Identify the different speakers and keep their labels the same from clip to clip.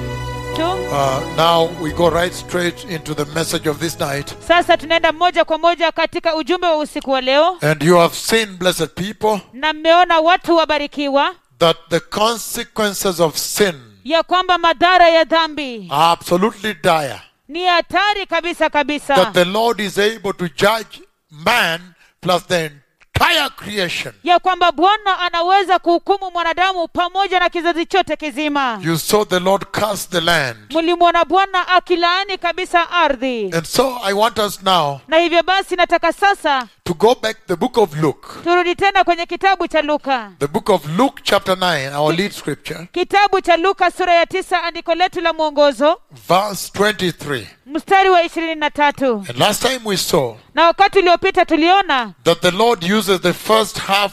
Speaker 1: yetu.
Speaker 2: Uh, now we go right straight into the message of this night.
Speaker 1: Sasa tunaenda moja kwa moja katika ujumbe wa usiku wa leo,
Speaker 2: And you have seen, blessed people,
Speaker 1: na mmeona watu wabarikiwa
Speaker 2: that the consequences of sin
Speaker 1: ya kwamba madhara ya dhambi
Speaker 2: are absolutely dire.
Speaker 1: ni hatari kabisa kabisa,
Speaker 2: That the Lord is able to judge man plus the entire creation.
Speaker 1: ya kwamba Bwana anaweza kuhukumu mwanadamu pamoja na kizazi chote kizima.
Speaker 2: You saw the Lord curse the land.
Speaker 1: Mlimwona Bwana akilaani kabisa ardhi,
Speaker 2: And so I want us now
Speaker 1: na hivyo basi nataka sasa
Speaker 2: to go back the book of Luke.
Speaker 1: turudi tena kwenye kitabu cha Luka,
Speaker 2: The book of Luke chapter 9, our lead scripture,
Speaker 1: kitabu cha Luka sura ya tisa, andiko letu la mwongozo
Speaker 2: verse 23.
Speaker 1: mstari wa ishirini na tatu.
Speaker 2: And last time we saw
Speaker 1: Na wakati uliopita tuliona
Speaker 2: that the Lord uses the first half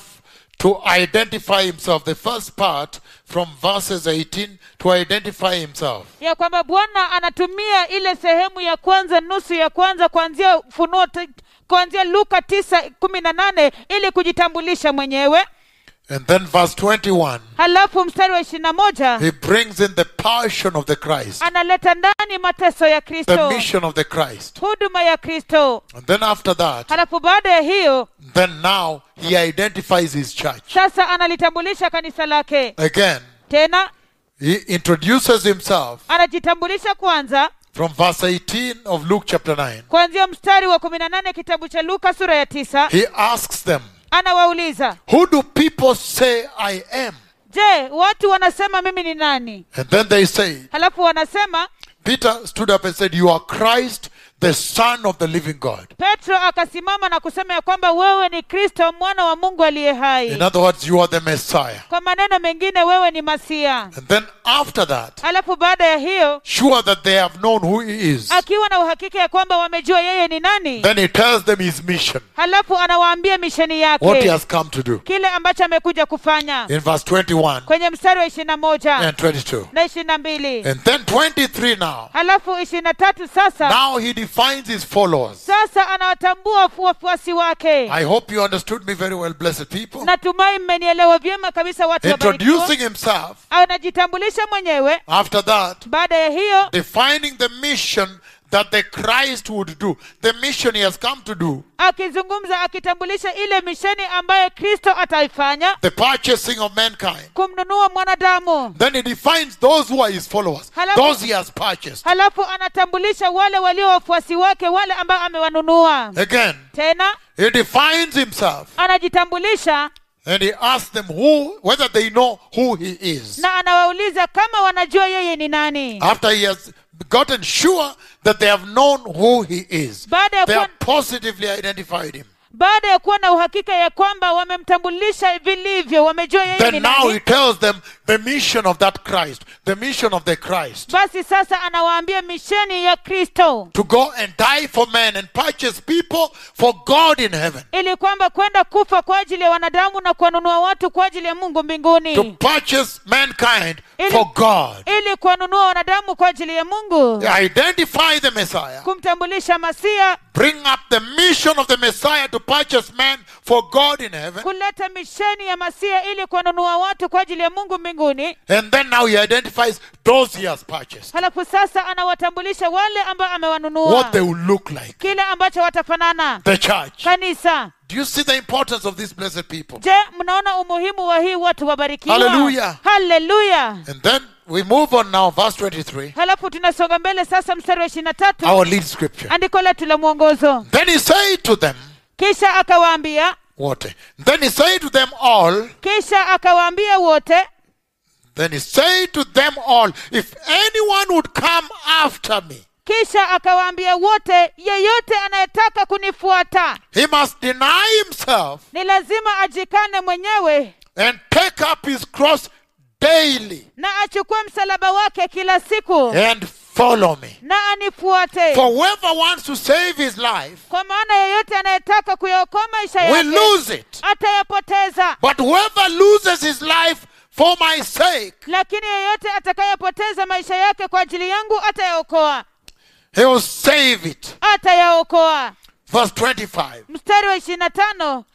Speaker 2: to identify himself, the first part from verses 18 to identify himself.
Speaker 1: ya kwamba Bwana anatumia ile sehemu ya kwanza, nusu ya kwanza, kuanzia Ufunuo ti- kuanzia Luka tisa kumi na nane ili kujitambulisha mwenyewe.
Speaker 2: And then verse 21,
Speaker 1: Halafu mstari wa ishirini na moja
Speaker 2: he brings in the passion of the Christ,
Speaker 1: analeta ndani mateso ya
Speaker 2: the
Speaker 1: Kristo,
Speaker 2: mission of the Christ.
Speaker 1: huduma ya Kristo.
Speaker 2: And then after that,
Speaker 1: Halafu baada ya hiyo
Speaker 2: then now he identifies his church.
Speaker 1: sasa analitambulisha kanisa lake
Speaker 2: Again,
Speaker 1: tena,
Speaker 2: he introduces himself
Speaker 1: anajitambulisha kwanza
Speaker 2: from verse 18 of Luke chapter 9.
Speaker 1: kuanzia mstari wa kumi na nane kitabu cha Luka sura ya tisa
Speaker 2: He asks them,
Speaker 1: anawauliza
Speaker 2: Who do people say I am?
Speaker 1: je, watu wanasema mimi ni nani?
Speaker 2: And then they say,
Speaker 1: Halafu wanasema
Speaker 2: Peter stood up and said, You are Christ, the Son of the living God.
Speaker 1: Petro akasimama na kusema ya kwamba wewe ni Kristo mwana wa Mungu aliye
Speaker 2: In
Speaker 1: hai.
Speaker 2: other words, you are the Messiah.
Speaker 1: Kwa maneno mengine, wewe ni Masia.
Speaker 2: And then after that,
Speaker 1: Halafu baada ya hiyo,
Speaker 2: sure that they have known who he is,
Speaker 1: akiwa na uhakika ya kwamba wamejua yeye ni nani,
Speaker 2: then he tells them his mission,
Speaker 1: halafu anawaambia misheni
Speaker 2: what he
Speaker 1: yake,
Speaker 2: has come to do.
Speaker 1: kile ambacho amekuja kufanya,
Speaker 2: In verse 21
Speaker 1: kwenye mstari wa ishirini na moja
Speaker 2: and 22.
Speaker 1: na ishirini na mbili
Speaker 2: And then 23 now.
Speaker 1: halafu ishirini na tatu Sasa
Speaker 2: Now he defines his followers.
Speaker 1: sasa anawatambua wafu- wafuasi wake.
Speaker 2: I hope you understood me very well, blessed people.
Speaker 1: Natumai mmenielewa vyema kabisa, watu wabarikiwa.
Speaker 2: Introducing himself,
Speaker 1: Anajitambulisha mwenyewe,
Speaker 2: after that,
Speaker 1: baada ya hiyo
Speaker 2: defining the mission that the Christ would do, the mission he has come to do.
Speaker 1: akizungumza akitambulisha ile misheni ambayo kristo ataifanya
Speaker 2: the purchasing of mankind.
Speaker 1: kumnunua mwanadamu
Speaker 2: Then he defines those who are his followers,
Speaker 1: Halafu-
Speaker 2: those he has purchased.
Speaker 1: halafu anatambulisha wale walio wafuasi wake wale ambao amewanunua
Speaker 2: Again,
Speaker 1: tena
Speaker 2: he defines himself
Speaker 1: anajitambulisha
Speaker 2: and he asks them who, whether they know who he is.
Speaker 1: na anawauliza kama wanajua yeye ni nani
Speaker 2: After he has gotten sure that they have known who he is,
Speaker 1: Baada ya
Speaker 2: they have
Speaker 1: kuwa-
Speaker 2: positively identified him.
Speaker 1: baada ya kuwa na uhakika ya kwamba wamemtambulisha vilivyo wamejua yeye ni
Speaker 2: Then now he
Speaker 1: nani
Speaker 2: tells them the mission of that Christ, the mission of the Christ.
Speaker 1: basi sasa anawaambia misheni ya kristo
Speaker 2: To go and die for men and purchase people for God in heaven.
Speaker 1: ili kwamba kwenda kufa kwa ajili ya wanadamu na kuwanunua watu kwa ajili ya mungu
Speaker 2: To
Speaker 1: mbinguni
Speaker 2: purchase mankind
Speaker 1: Ili-
Speaker 2: for God.
Speaker 1: ili kuwanunua wanadamu kwa ajili ya mungu
Speaker 2: identify the Messiah,
Speaker 1: kumtambulisha masia
Speaker 2: bring up the mission of the Messiah to purchase man for God in heaven.
Speaker 1: kuleta misheni ya masia ili kuwanunua watu kwa ajili ya mungu mbinguni
Speaker 2: And then now he identifies those he has purchased,
Speaker 1: halafu sasa anawatambulisha wale ambao
Speaker 2: what
Speaker 1: amewanunua
Speaker 2: they will look like,
Speaker 1: kile ambacho watafanana
Speaker 2: the church.
Speaker 1: kanisa
Speaker 2: Do you see the importance of these blessed people?
Speaker 1: je mnaona umuhimu wa hii watu wabarikiwa
Speaker 2: Hallelujah.
Speaker 1: haleluya
Speaker 2: And then we move on now, verse 23,
Speaker 1: halafu tunasonga mbele sasa mstari wa ishirini na tatu
Speaker 2: our lead scripture.
Speaker 1: andiko letu la mwongozo
Speaker 2: Then he said to them,
Speaker 1: kisha akawaambia
Speaker 2: What? Then he said to them all,
Speaker 1: kisha akawaambia wote
Speaker 2: then he said to them all, if anyone would come after me,
Speaker 1: kisha akawaambia wote yeyote anayetaka kunifuata
Speaker 2: he must deny himself
Speaker 1: ni lazima ajikane mwenyewe
Speaker 2: and take up his cross daily
Speaker 1: na achukue msalaba wake kila siku
Speaker 2: and follow me.
Speaker 1: na anifuate
Speaker 2: Eh. For whoever wants to save his life
Speaker 1: kwa maana yeyote anayetaka kuyaokoa maisha
Speaker 2: will
Speaker 1: yake
Speaker 2: lose it.
Speaker 1: atayapoteza
Speaker 2: But whoever loses his life for my sake,
Speaker 1: lakini yeyote atakayepoteza maisha yake kwa ajili yangu atayaokoa
Speaker 2: he will save it.
Speaker 1: atayaokoa
Speaker 2: Verse 25.
Speaker 1: mstari wa ishirini na tano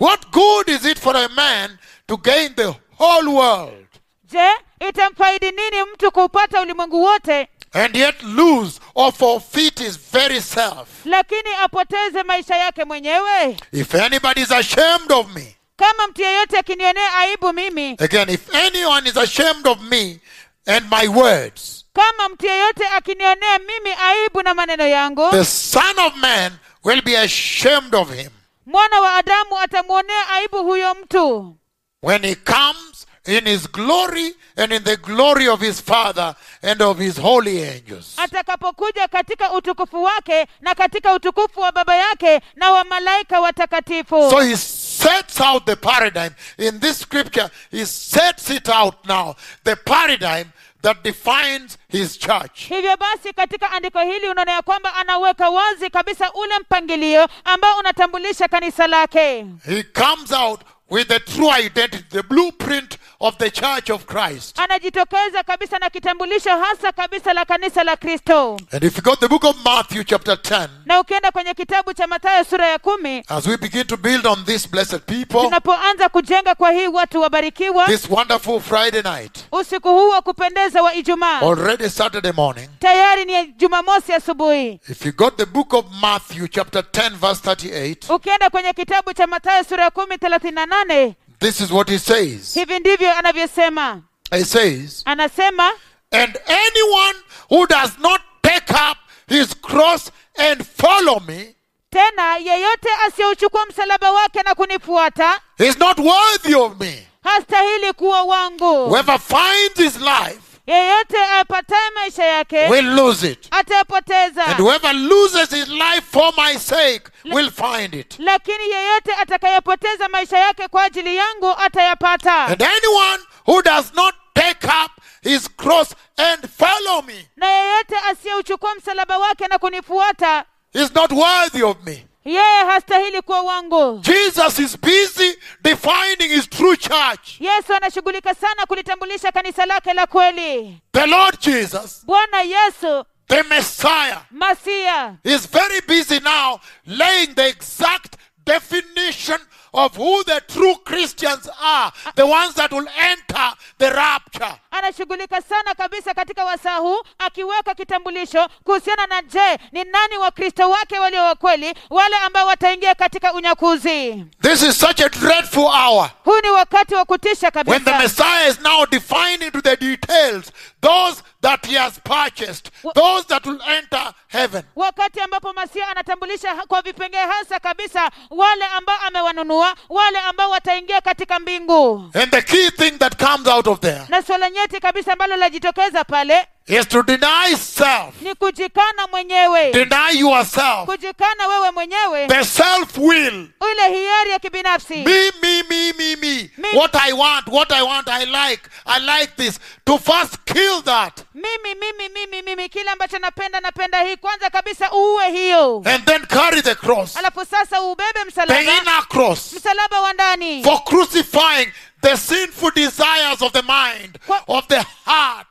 Speaker 2: What good is it for a man to gain the whole world
Speaker 1: je itamfaidi nini mtu kuupata ulimwengu wote
Speaker 2: and yet lose or forfeit his very self.
Speaker 1: lakini apoteze maisha yake mwenyewe
Speaker 2: If anybody is ashamed of me,
Speaker 1: kama mtu yeyote akinionea aibu mimi
Speaker 2: again, if anyone is ashamed of me and my words,
Speaker 1: kama mtu yeyote akinionea mimi aibu na maneno yangu
Speaker 2: the Son of Man will be ashamed of him
Speaker 1: mwana wa adamu atamwonea aibu huyo mtu
Speaker 2: when he comes in his glory and in the glory of his Father and of his holy angels.
Speaker 1: atakapokuja katika utukufu wake na katika utukufu wa baba yake na wa malaika watakatifu
Speaker 2: So he sets out the paradigm. In this scripture, he sets it out now. The paradigm that defines his church.
Speaker 1: hivyo basi katika andiko hili unaona ya kwamba anaweka wazi kabisa ule mpangilio ambao unatambulisha kanisa lake
Speaker 2: He comes out with the true identity, the blueprint of the church of Christ.
Speaker 1: anajitokeza kabisa na kitambulisho hasa kabisa la kanisa la kristo
Speaker 2: And if you go to the book of Matthew, chapter 10,
Speaker 1: na ukienda kwenye kitabu cha mathayo sura ya kumi
Speaker 2: as we begin to build on this blessed people,
Speaker 1: tunapoanza kujenga kwa hii watu wabarikiwa
Speaker 2: this wonderful Friday night,
Speaker 1: usiku huu wa kupendeza wa ijumaa
Speaker 2: already Saturday morning,
Speaker 1: tayari ni jumamosi asubuhi
Speaker 2: if you got the book of Matthew, chapter 10, verse 38,
Speaker 1: ukienda kwenye kitabu cha mathayo sura ya kumi thelathini na nane
Speaker 2: this is what he says.
Speaker 1: hivi ndivyo anavyosema
Speaker 2: He says,
Speaker 1: anasema
Speaker 2: And anyone who does not take up his cross and follow me
Speaker 1: tena yeyote asiyeuchukua msalaba wake na kunifuata
Speaker 2: is not worthy of me.
Speaker 1: hastahili kuwa wangu
Speaker 2: Whoever finds his life
Speaker 1: yeyote apataye maisha yake
Speaker 2: will lose it. And
Speaker 1: atayapoteza
Speaker 2: whoever loses his life for my sake will find it.
Speaker 1: lakini yeyote atakayepoteza maisha yake kwa ajili yangu atayapata
Speaker 2: And anyone who does not take up his cross and follow me
Speaker 1: na yeyote asiyeuchukua msalaba wake na kunifuata
Speaker 2: is not worthy of me.
Speaker 1: yeye hastahili kuwa wangu
Speaker 2: Jesus is busy defining his true church.
Speaker 1: yesu anashughulika sana kulitambulisha kanisa lake la kweli
Speaker 2: The Lord Jesus,
Speaker 1: bwana yesu
Speaker 2: the Messiah,
Speaker 1: masia
Speaker 2: is very busy now laying the exact definition of who the true Christians are, the ones that will enter the rapture.
Speaker 1: anashughulika sana kabisa katika wasaa huu akiweka kitambulisho kuhusiana na je ni nani wakristo wake walio wakweli wale ambao wataingia katika unyakuzi
Speaker 2: This is such a dreadful hour
Speaker 1: huu ni wakati wa kutisha
Speaker 2: when the
Speaker 1: kabisa
Speaker 2: Messiah is now defining to the details those that he has purchased, those that will enter heaven.
Speaker 1: wakati ambapo masia anatambulisha ha- kwa vipengee hasa kabisa wale ambao amewanunua wale ambao wataingia katika mbingu
Speaker 2: And the key thing that comes out of there
Speaker 1: na suala nyeti kabisa ambalo linajitokeza pale
Speaker 2: is to deny self,
Speaker 1: ni kujikana mwenyewe
Speaker 2: deny yourself,
Speaker 1: kujikana wewe mwenyewe
Speaker 2: the self will.
Speaker 1: ile hiari ya kibinafsi
Speaker 2: Me, me, me, me, me.
Speaker 1: Me.
Speaker 2: What I want, what I want, I like, I like this. To first kill that
Speaker 1: mimi mimi mimi mimi kile ambacho napenda napenda hii kwanza kabisa uue hiyo
Speaker 2: and then carry the cross,
Speaker 1: alafu sasa ubebe
Speaker 2: the
Speaker 1: msalaba
Speaker 2: inner cross,
Speaker 1: msalaba wa ndani
Speaker 2: for crucifying the sinful desires of the mind,
Speaker 1: Kwa-
Speaker 2: of the heart,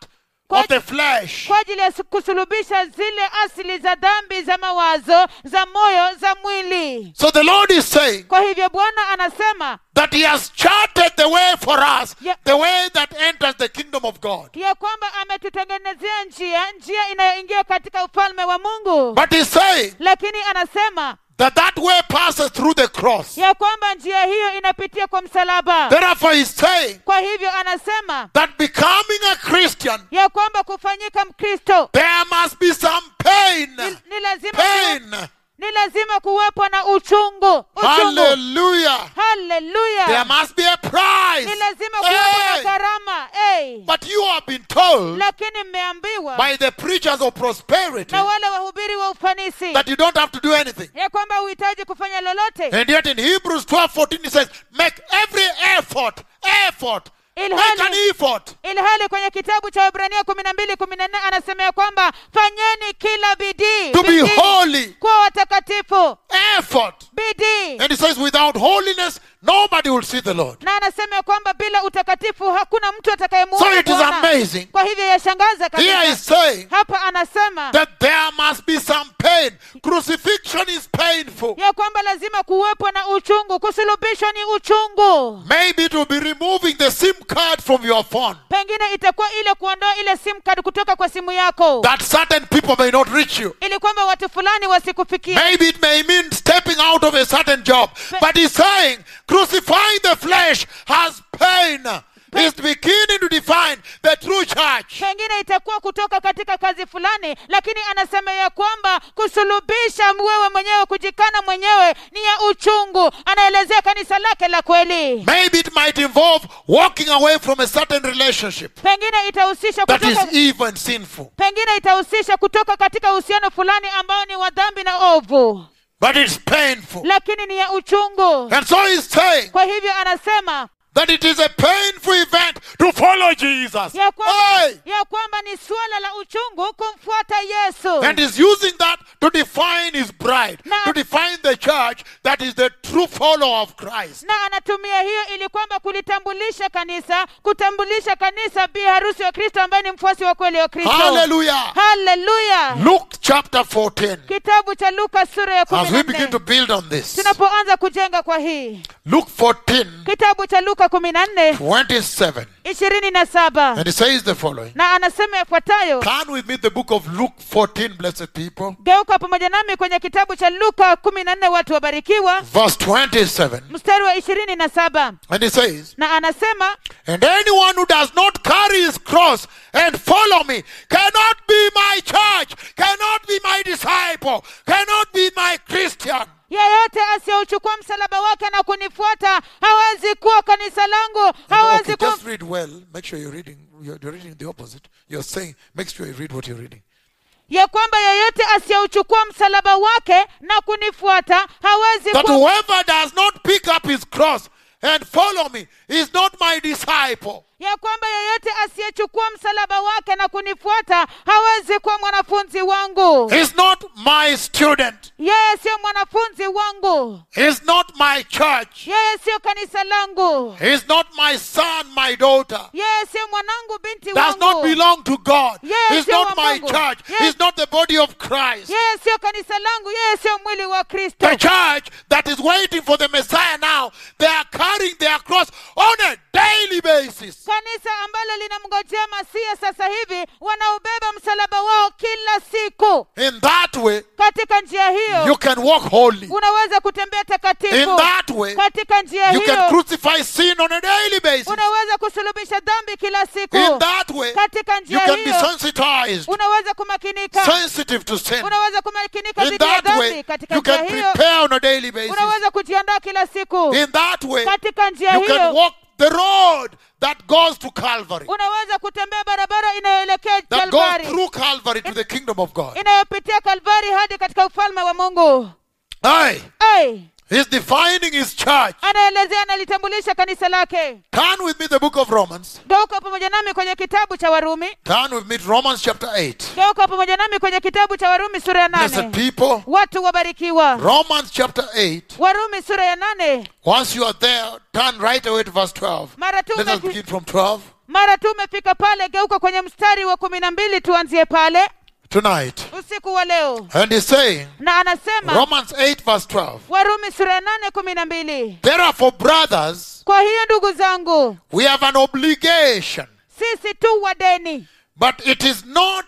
Speaker 1: Kwa-
Speaker 2: of the flesh.
Speaker 1: kwa ajili ya su- kusulubisha zile asili za dhambi za mawazo za moyo za mwili
Speaker 2: So the Lord is saying
Speaker 1: kwa hivyo bwana anasema
Speaker 2: that He has charted the way for us,
Speaker 1: Yeah.
Speaker 2: the way that enters the kingdom of God.
Speaker 1: ya kwamba ametutengenezea njia njia inayoingia katika ufalme wa mungu
Speaker 2: But He's saying
Speaker 1: lakini anasema
Speaker 2: that that way passes through the cross.
Speaker 1: ya kwamba njia hiyo inapitia kwa msalaba
Speaker 2: Therefore, He's saying
Speaker 1: kwa hivyo anasema
Speaker 2: that becoming a Christian
Speaker 1: ya kwamba kufanyika mkristo
Speaker 2: There must be some pain.
Speaker 1: ni, ni lazima
Speaker 2: Pain.
Speaker 1: ni lazima kuwepo na uchungu uchungu
Speaker 2: Hallelujah. There
Speaker 1: haleluya
Speaker 2: must be a price.
Speaker 1: ni lazima kuwepo na
Speaker 2: Hey.
Speaker 1: gharama hey.
Speaker 2: But you have been told
Speaker 1: lakini mmeambiwa
Speaker 2: by the preachers of prosperity
Speaker 1: na wale wahubiri wa ufanisi
Speaker 2: that you don't have to do anything.
Speaker 1: ya kwamba huhitaji kufanya lolote
Speaker 2: And yet in Hebrews 12 14 it says, make every effort, effort,
Speaker 1: Ilhali-
Speaker 2: make an effort.
Speaker 1: ilhali kwenye kitabu cha Waebrania kumi na mbili kumi na nne anasema ya kwamba fanyeni kila bidii
Speaker 2: To be
Speaker 1: bidii
Speaker 2: holy.
Speaker 1: kuwa watakatifu
Speaker 2: Effort.
Speaker 1: bidii
Speaker 2: And it says, without holiness, nobody will see the Lord.
Speaker 1: na anasema ya kwamba bila utakatifu hakuna mtu
Speaker 2: So
Speaker 1: atakayemuona
Speaker 2: it is
Speaker 1: Bwana.
Speaker 2: amazing.
Speaker 1: kwa hivyo yashangaza
Speaker 2: Here
Speaker 1: kabisa
Speaker 2: he's saying
Speaker 1: hapa anasema
Speaker 2: that there must be some pain. Crucifixion is painful.
Speaker 1: ya kwamba lazima kuwepo na uchungu kusulubishwa ni uchungu
Speaker 2: Maybe it will be removing the SIM card from your phone
Speaker 1: pengine itakuwa ile kuondoa ile sim card kutoka kwa simu yako
Speaker 2: that certain people may not reach you.
Speaker 1: ili kwamba watu fulani wasikufikie
Speaker 2: Maybe it may mean stepping out of a certain job. But he's saying crucifying the flesh has pain. He's beginning to define the true church.
Speaker 1: pengine itakuwa kutoka katika kazi fulani lakini anasema ya kwamba kusulubisha wewe mwenyewe kujikana mwenyewe ni ya uchungu anaelezea kanisa lake la kweli
Speaker 2: Maybe it might involve walking away from a certain relationship
Speaker 1: pengine itahusisha
Speaker 2: that
Speaker 1: kutoka,
Speaker 2: is evil and sinful.
Speaker 1: pengine itahusisha kutoka katika uhusiano fulani ambao ni wa dhambi na ovu
Speaker 2: But it's painful.
Speaker 1: lakini ni ya uchungu
Speaker 2: And so he's saying
Speaker 1: kwa hivyo anasema
Speaker 2: that it is a painful event to follow Jesus.
Speaker 1: ya
Speaker 2: Aye.
Speaker 1: kwamba, ya kwamba ni suala la uchungu kumfuata yesu
Speaker 2: And he's using that to define his bride,
Speaker 1: Na-
Speaker 2: to define the church that is the true follower of Christ.
Speaker 1: na anatumia hiyo ili kwamba kulitambulisha kanisa kutambulisha kanisa bi harusi wa kristo ambaye ni mfuasi wa kweli wa kristo
Speaker 2: Hallelujah.
Speaker 1: haleluya
Speaker 2: Luke chapter 14.
Speaker 1: kitabu cha luka sura ya kumi
Speaker 2: As we
Speaker 1: na
Speaker 2: begin
Speaker 1: nne
Speaker 2: to build on this,
Speaker 1: tunapoanza kujenga kwa hii
Speaker 2: Luke 14
Speaker 1: kitabu cha luka kumi na nne
Speaker 2: 27.
Speaker 1: ishirini na saba
Speaker 2: And it says the following
Speaker 1: na anasema yafuatayo
Speaker 2: Turn with me the book of Luke 14, blessed people,
Speaker 1: geuka pamoja nami kwenye kitabu cha luka kumi na nne watu wabarikiwa
Speaker 2: verse 27.
Speaker 1: mstari wa ishirini na saba
Speaker 2: And it says,
Speaker 1: na anasema
Speaker 2: And anyone who does not carry his cross and follow me cannot be my church, cannot be my disciple, cannot be my Christian.
Speaker 1: yeyote asiyeuchukua msalaba wake na kunifuata hawezi kuwa kanisa langu
Speaker 2: Okay,
Speaker 1: hawezi kuwa
Speaker 2: just read well. Make sure you're reading. You're, you're reading the opposite. You're saying. Make sure you read what you're reading.
Speaker 1: ya kwamba yeyote asiyeuchukua msalaba wake na kunifuata hawezi
Speaker 2: That
Speaker 1: kuwa
Speaker 2: whoever does not pick up his cross and follow me is not my disciple.
Speaker 1: ya kwamba yeyote asiyechukua msalaba wake na kunifuata hawezi kuwa mwanafunzi wangu
Speaker 2: He's not my student.
Speaker 1: yeye siyo mwanafunzi wangu
Speaker 2: He's not my church.
Speaker 1: yeye siyo kanisa langu
Speaker 2: He's not my son, my daughter.
Speaker 1: yeye siyo mwanangu binti
Speaker 2: Does not
Speaker 1: wangu
Speaker 2: belong to God.
Speaker 1: Yes,
Speaker 2: He's not my
Speaker 1: Mungu.
Speaker 2: church.
Speaker 1: Yes.
Speaker 2: He's not the body of Christ.
Speaker 1: yeye siyo kanisa langu yeye siyo mwili wa kristo
Speaker 2: The church that is waiting for the Messiah now, they are carrying their cross on a daily basis.
Speaker 1: kanisa ambalo linamngojea masia sasa hivi wanaubeba msalaba wao kila siku
Speaker 2: In that way,
Speaker 1: katika njia
Speaker 2: you
Speaker 1: hiyo
Speaker 2: can walk holy.
Speaker 1: unaweza kutembea
Speaker 2: In
Speaker 1: takatifu
Speaker 2: that way,
Speaker 1: katika njia
Speaker 2: you can
Speaker 1: hiyo
Speaker 2: crucify sin on a daily basis.
Speaker 1: unaweza kusulubisha dhambi kila siku
Speaker 2: In that way,
Speaker 1: katika
Speaker 2: you
Speaker 1: njia
Speaker 2: can be
Speaker 1: hiyo
Speaker 2: sensitized,
Speaker 1: unaweza kumakinika
Speaker 2: sensitive to sin.
Speaker 1: unaweza kumakinika
Speaker 2: In
Speaker 1: dhidi ya
Speaker 2: that way,
Speaker 1: dhambi katika
Speaker 2: you
Speaker 1: njia
Speaker 2: can
Speaker 1: hiyo
Speaker 2: prepare on a daily basis.
Speaker 1: unaweza kujiandaa kila siku
Speaker 2: In that way,
Speaker 1: katika njia
Speaker 2: you can
Speaker 1: hiyo
Speaker 2: walk the road that goes to Calvary,
Speaker 1: unaweza kutembea barabara inayoelekea
Speaker 2: that goes
Speaker 1: kalvari
Speaker 2: through Calvary to the kingdom of God.
Speaker 1: inayopitia kalvari hadi katika ufalme wa mungu
Speaker 2: Aye.
Speaker 1: Ai,
Speaker 2: He's defining his church.
Speaker 1: anaelezea analitambulisha kanisa lake
Speaker 2: Turn with me the book of Romans.
Speaker 1: geuka pamoja nami kwenye kitabu cha warumi
Speaker 2: Turn with me to Romans chapter 8.
Speaker 1: geuka pamoja nami kwenye kitabu cha warumi sura ya
Speaker 2: Blessed
Speaker 1: nane
Speaker 2: people,
Speaker 1: watu wabarikiwa
Speaker 2: Romans chapter 8.
Speaker 1: warumi sura ya nane
Speaker 2: Once you are there, turn right away to verse 12.
Speaker 1: mara tu
Speaker 2: Let us
Speaker 1: umefi-
Speaker 2: begin from 12
Speaker 1: mara tu umefika pale geuka kwenye mstari wa kumi na mbili tuanzie pale
Speaker 2: tonight.
Speaker 1: usiku wa leo
Speaker 2: And he's saying,
Speaker 1: na anasema
Speaker 2: Romans 8, verse 12.
Speaker 1: warumi sura ya nane kumi na mbili
Speaker 2: Therefore, brothers,
Speaker 1: kwa hiyo ndugu zangu
Speaker 2: we have an obligation,
Speaker 1: sisi tu wadeni
Speaker 2: but it is not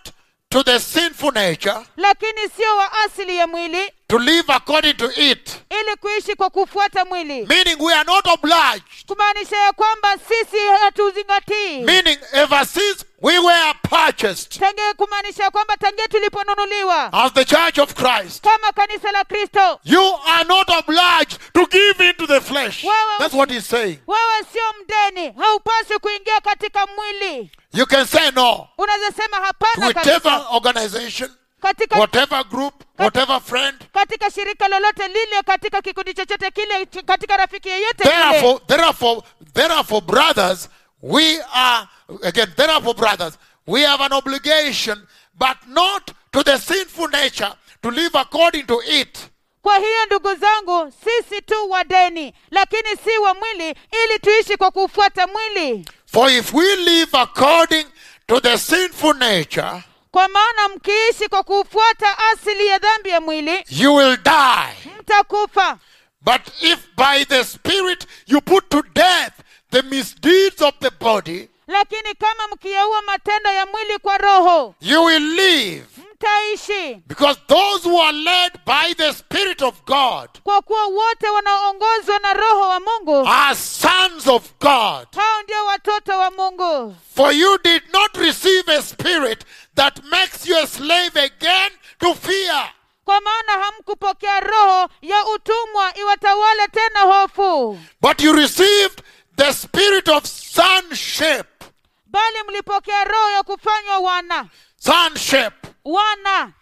Speaker 2: to the sinful nature
Speaker 1: lakini sio wa asili ya mwili
Speaker 2: to live according to it.
Speaker 1: ili kuishi kwa kufuata mwili
Speaker 2: Meaning, we are not obliged.
Speaker 1: kumaanisha ya kwamba sisi hatuzingatii
Speaker 2: Meaning, ever since we were purchased
Speaker 1: tangia kumaanisha ya kwamba tangia tuliponunuliwa
Speaker 2: as the church of Christ.
Speaker 1: kama kanisa la kristo
Speaker 2: You are not obliged to give in to the flesh.
Speaker 1: Wewe-
Speaker 2: That's what he's saying.
Speaker 1: wewe sio mdeni haupaswi kuingia katika mwili
Speaker 2: You can say no
Speaker 1: unaweza sema
Speaker 2: to
Speaker 1: hapana
Speaker 2: whatever
Speaker 1: kabisa
Speaker 2: organization,
Speaker 1: katika,
Speaker 2: whatever group, whatever friend.
Speaker 1: katika shirika lolote lile katika kikundi chochote kile ch- katika rafiki yeyote yule.
Speaker 2: Therefore, therefore, therefore, brothers, we are again, therefore, brothers, we have an obligation, but not to the sinful nature, to live according to it.
Speaker 1: kwa hiyo ndugu zangu sisi tu wadeni lakini si wa mwili ili tuishi kwa kuufuata mwili
Speaker 2: For if we live according to the sinful nature,
Speaker 1: kwa maana mkiishi kwa kufuata asili ya dhambi ya mwili
Speaker 2: you will die.
Speaker 1: mtakufa
Speaker 2: But if by the Spirit you put to death the misdeeds of the body,
Speaker 1: lakini kama mkiyaua matendo ya mwili kwa roho
Speaker 2: you will live.
Speaker 1: mtaishi
Speaker 2: Because those who are led by the Spirit of God
Speaker 1: kwa kuwa wote wanaoongozwa na roho wa mungu
Speaker 2: are sons of God.
Speaker 1: hao ndio watoto wa mungu
Speaker 2: For you did not receive a spirit that makes you a slave again to fear,
Speaker 1: kwa maana hamkupokea roho ya utumwa iwatawale tena hofu
Speaker 2: but you received the spirit of sonship.
Speaker 1: bali mlipokea roho ya kufanywa wana
Speaker 2: Sonship.
Speaker 1: wana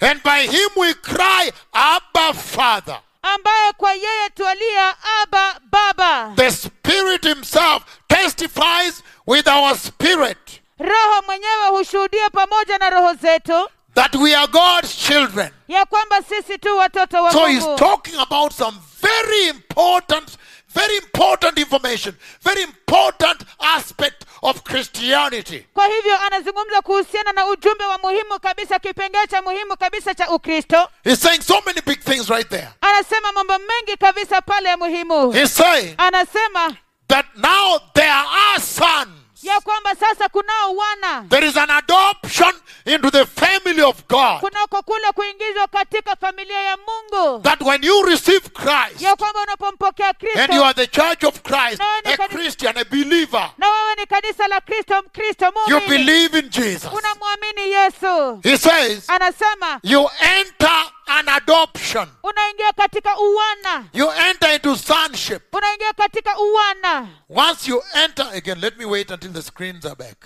Speaker 2: And by him we cry, Abba, Father.
Speaker 1: ambaye kwa yeye twalia aba baba
Speaker 2: The Spirit Himself testifies with our spirit
Speaker 1: roho mwenyewe hushuhudia pamoja na roho zetu
Speaker 2: that we are God's children.
Speaker 1: ya kwamba sisi tu watoto wa
Speaker 2: So he's
Speaker 1: mungu
Speaker 2: talking about some very important, very important information, very important aspect of Christianity.
Speaker 1: kwa hivyo anazungumza kuhusiana na ujumbe wa muhimu kabisa kipengee cha muhimu kabisa cha ukristo
Speaker 2: He's saying so many big things right there.
Speaker 1: anasema mambo mengi kabisa pale ya muhimu
Speaker 2: He's saying
Speaker 1: anasema
Speaker 2: that now there are sons.
Speaker 1: ya kwamba sasa kunao wana
Speaker 2: There is an adoption into the family of God.
Speaker 1: kunako kule kuingizwa katika familia ya mungu
Speaker 2: That when you receive Christ
Speaker 1: ya kwamba unapompokea
Speaker 2: and you
Speaker 1: kristo
Speaker 2: are the church of Christ,
Speaker 1: Nani
Speaker 2: a
Speaker 1: kani-
Speaker 2: Christian, a believer,
Speaker 1: na wewe ni kanisa la kristo mkristo
Speaker 2: you
Speaker 1: muumini
Speaker 2: believe in Jesus.
Speaker 1: unamwamini yesu
Speaker 2: He says
Speaker 1: anasema
Speaker 2: you enter an adoption,
Speaker 1: unaingia katika uwana
Speaker 2: you enter into sonship.
Speaker 1: unaingia katika uwana
Speaker 2: Once you enter, again, let me wait until the screens are back.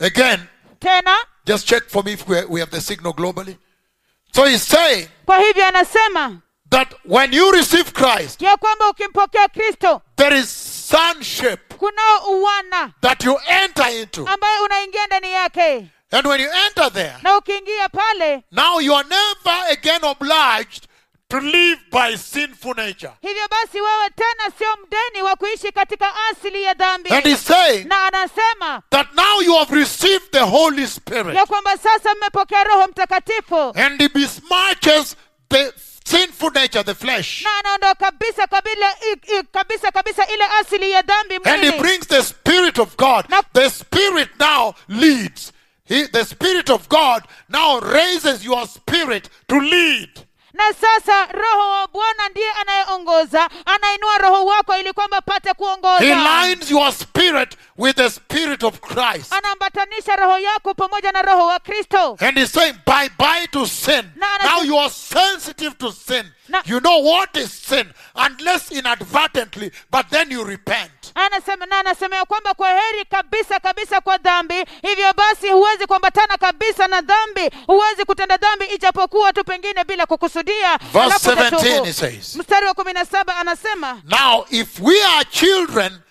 Speaker 2: Again,
Speaker 1: tena
Speaker 2: just check for me if we we have the signal globally. So he's saying
Speaker 1: kwa hivyo anasema
Speaker 2: that when you receive Christ,
Speaker 1: ya kwamba ukimpokea kristo
Speaker 2: there is sonship
Speaker 1: kunao uwana
Speaker 2: that you enter into.
Speaker 1: ambaye unaingia ndani yake
Speaker 2: And when you enter there,
Speaker 1: na ukiingia pale
Speaker 2: now you are never again obliged to live by sinful nature.
Speaker 1: hivyo basi wewe tena sio mdeni wa kuishi katika asili ya dhambi
Speaker 2: And he's saying
Speaker 1: na anasema
Speaker 2: that now you have received the Holy Spirit.
Speaker 1: ya kwamba sasa mmepokea roho mtakatifu
Speaker 2: and he besmirches the sinful nature, the flesh,
Speaker 1: na anaondoa kabisa kabila, i, i, kabisa kabisa ile asili ya dhambi
Speaker 2: and he
Speaker 1: mwili
Speaker 2: brings the Spirit of God.
Speaker 1: Now-
Speaker 2: The Spirit now leads. He, the Spirit of God now raises your spirit to lead.
Speaker 1: na sasa roho wa bwana ndiye anayeongoza anainua roho wako ili kwamba pate
Speaker 2: He
Speaker 1: kuongoza
Speaker 2: lines your spirit with the Spirit of Christ.
Speaker 1: anaambatanisha roho yako pamoja na roho wa kristo
Speaker 2: And he's saying bye bye to sin.
Speaker 1: Now-
Speaker 2: Now you are sensitive to sin.
Speaker 1: Now-
Speaker 2: You know what is sin, unless inadvertently, but then you repent.
Speaker 1: anasema na anasema ya kwamba kwa heri kabisa kabisa kwa dhambi hivyo basi huwezi kuambatana kabisa na dhambi huwezi kutenda dhambi ijapokuwa tu pengine bila kukusudia alafu
Speaker 2: 17
Speaker 1: utatubu.
Speaker 2: he says.
Speaker 1: mstari wa kumi na saba anasema
Speaker 2: Now, if we are children,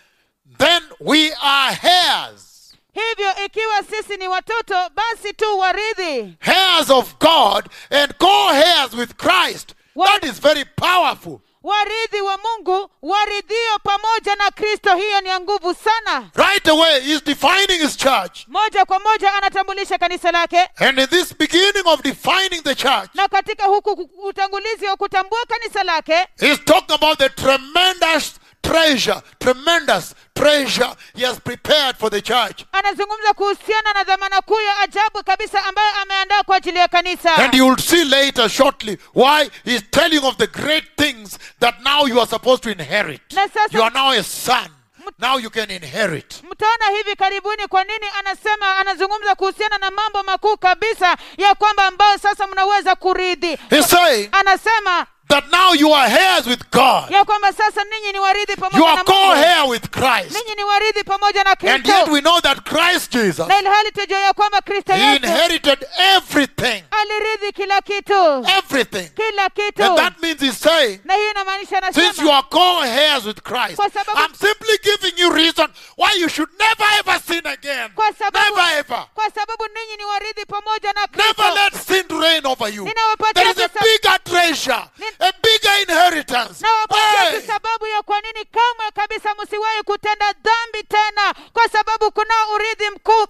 Speaker 2: then we are heirs,
Speaker 1: hivyo ikiwa sisi ni watoto basi tu waridhi
Speaker 2: heirs of God, and co heirs with Christ.
Speaker 1: What?
Speaker 2: That is very powerful.
Speaker 1: waridhi wa mungu waridhio pamoja na kristo hiyo ni ya nguvu sana
Speaker 2: Right away, he's defining his church.
Speaker 1: moja kwa moja anatambulisha kanisa lake
Speaker 2: And in this beginning of defining the church,
Speaker 1: na katika huku ku- utangulizi wa kutambua kanisa lake
Speaker 2: he's talking about the tremendous treasure, tremendous treasure he has prepared for the church.
Speaker 1: anazungumza kuhusiana na dhamana kuu ya ajabu kabisa ambayo ameandaa kwa ajili ya kanisa
Speaker 2: And you will see later shortly why he's telling of the great things that now you are supposed to inherit.
Speaker 1: Na sasa-
Speaker 2: You are now a son. Now you can inherit.
Speaker 1: mtaona hivi karibuni kwa nini anasema anazungumza kuhusiana na mambo makuu kabisa ya kwamba ambayo sasa mnaweza kuridhi
Speaker 2: He's saying
Speaker 1: anasema
Speaker 2: that now you are heirs with God.
Speaker 1: ya kwamba sasa ninyi ni waridhi
Speaker 2: You
Speaker 1: pamoja na
Speaker 2: are
Speaker 1: Mungu.
Speaker 2: co-heir with Christ.
Speaker 1: ninyi ni waridhi pamoja na
Speaker 2: And
Speaker 1: kristo
Speaker 2: yet we know that Christ Jesus,
Speaker 1: na ilhali tujua ya kwamba kristo
Speaker 2: he
Speaker 1: yesu
Speaker 2: inherited everything.
Speaker 1: aliridhi kila kitu
Speaker 2: Everything.
Speaker 1: kila kitu
Speaker 2: And that means he's saying,
Speaker 1: na hii inamaanisha
Speaker 2: since you
Speaker 1: anasema
Speaker 2: are co-heirs with Christ,
Speaker 1: Kwa sababu-
Speaker 2: I'm simply giving you reason why you should never ever sin again.
Speaker 1: kwa sababu,
Speaker 2: Never ever.
Speaker 1: kwa sababu ninyi ni waridhi pamoja na
Speaker 2: Never
Speaker 1: kristo
Speaker 2: let sin reign over you.
Speaker 1: Ninawapatia
Speaker 2: There is a
Speaker 1: kisa-
Speaker 2: bigger treasure,
Speaker 1: Nin-
Speaker 2: a bigger inheritance.
Speaker 1: nawapatia
Speaker 2: Hey!
Speaker 1: tu sababu ya kwa nini kamwe kabisa msiwahi kutenda dhambi tena kwa sababu kunao urithi mkuu